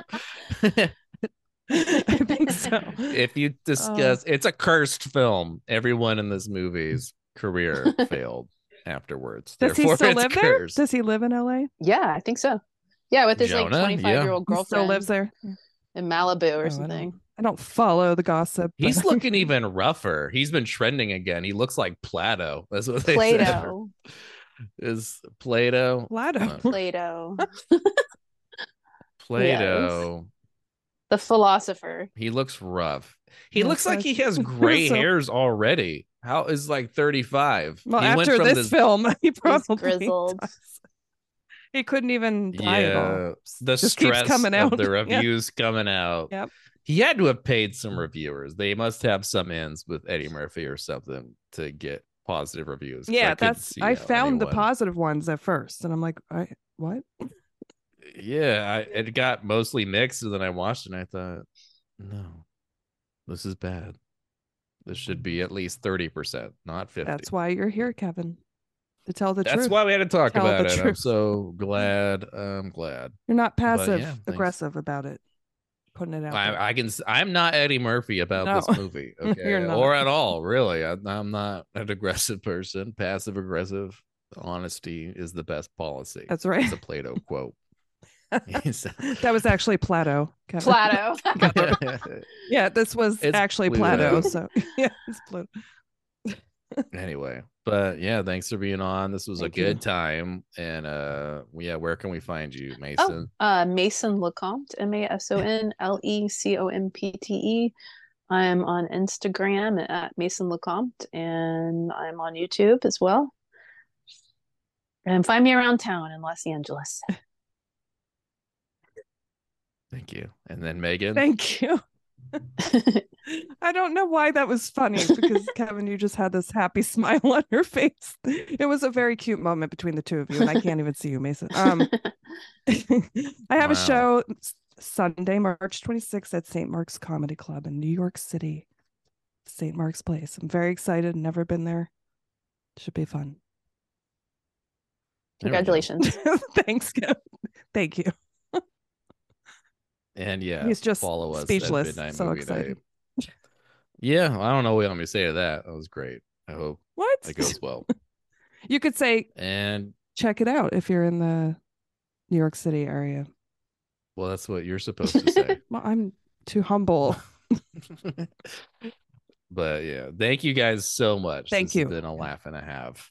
I think so. if you Oh. discuss, it's a cursed film. Everyone in this movie's *laughs* career failed afterwards. Does he Therefore, still it's live there? cursed. Does he live in LA? Yeah, I think so. Yeah, with his like Jonah? Yeah. 25 year old He girlfriend Oh, still lives there. in Malibu or Oh, I something. don't- I don't follow the gossip. but- He's looking even rougher. He's been trending again. He looks like Plato. That's what they said. Plato. is Plato. *laughs* Lotto. *laughs* Plato. Plato. The philosopher. He looks rough. He Yeah, looks like that's- he has gray *laughs* so- hairs already. How is like 35? Well, he after this film, *laughs* he He's probably *laughs* grizzled. does. He couldn't even dye it Yeah, all. the Just keeps stress coming of out. the *laughs* Yeah. reviews coming out. Yep. He had to have paid some reviewers. They must have some ends with Eddie Murphy or something to get positive reviews. 'cause Yeah, couldn't that's. see I how found the anyone- positive ones at first, and I'm like, I what? Yeah, I, it got mostly mixed, and then I watched it and I thought, no, this is bad. This should be at least 30%, not 50. That's why you're here, Kevin, to tell the e That's truth. why we had to talk Tell the about it. I'm truth. so glad. I'm glad. you're not yeah, passive thanks. aggressive about it, putting it out. there. I, I can. s- I'm not Eddie Murphy about this No. *laughs* movie, You're okay, not. or at all, really. I, I'm not an aggressive person. Passive aggressive honesty is the best policy. That's right. It's a *laughs* Plato quote. *laughs* So- that was actually Plato. Kevin. Plato. *laughs* *laughs* Yeah, this was It's actually Pluto. *laughs* Plato. So *laughs* yeah, it's Pluto. anyway, but yeah, thanks for being on. This was Thank a you. Oh. good time, and uh, yeah, where can we find you, Mason? uh, Mason LeCompte, M A S O N L E C O M P T E. I'm on Instagram at Mason LeCompte and I'm on YouTube as well. And find me around town in Los Angeles. *laughs* Thank you, and then Megan. Thank you. I don't know why that was funny because Kevin, you just had this happy *laughs* smile on your face. It was a very cute moment between the two of you, and I can't even see you, Mason. Um, *laughs* I have Wow. a show s- Sunday, March 26th at St. Mark's Comedy Club in New York City, St. Mark's Place. I'm very excited. Never been there. Should be fun. *laughs* There we go. Congratulations. Thanks, Kevin. Thank you. And yeah, He's just follow us at speechless, Midnight so Movie excited. Night. Yeah, I don't know what I'm gonna say to that. That was great. I hope What? it goes well. You could say And check it out if you're in the New York City area. well, that's what you're supposed to say. Well, I'm too humble. But yeah, thank you guys so much. Thank This you. Has been a laugh and a half.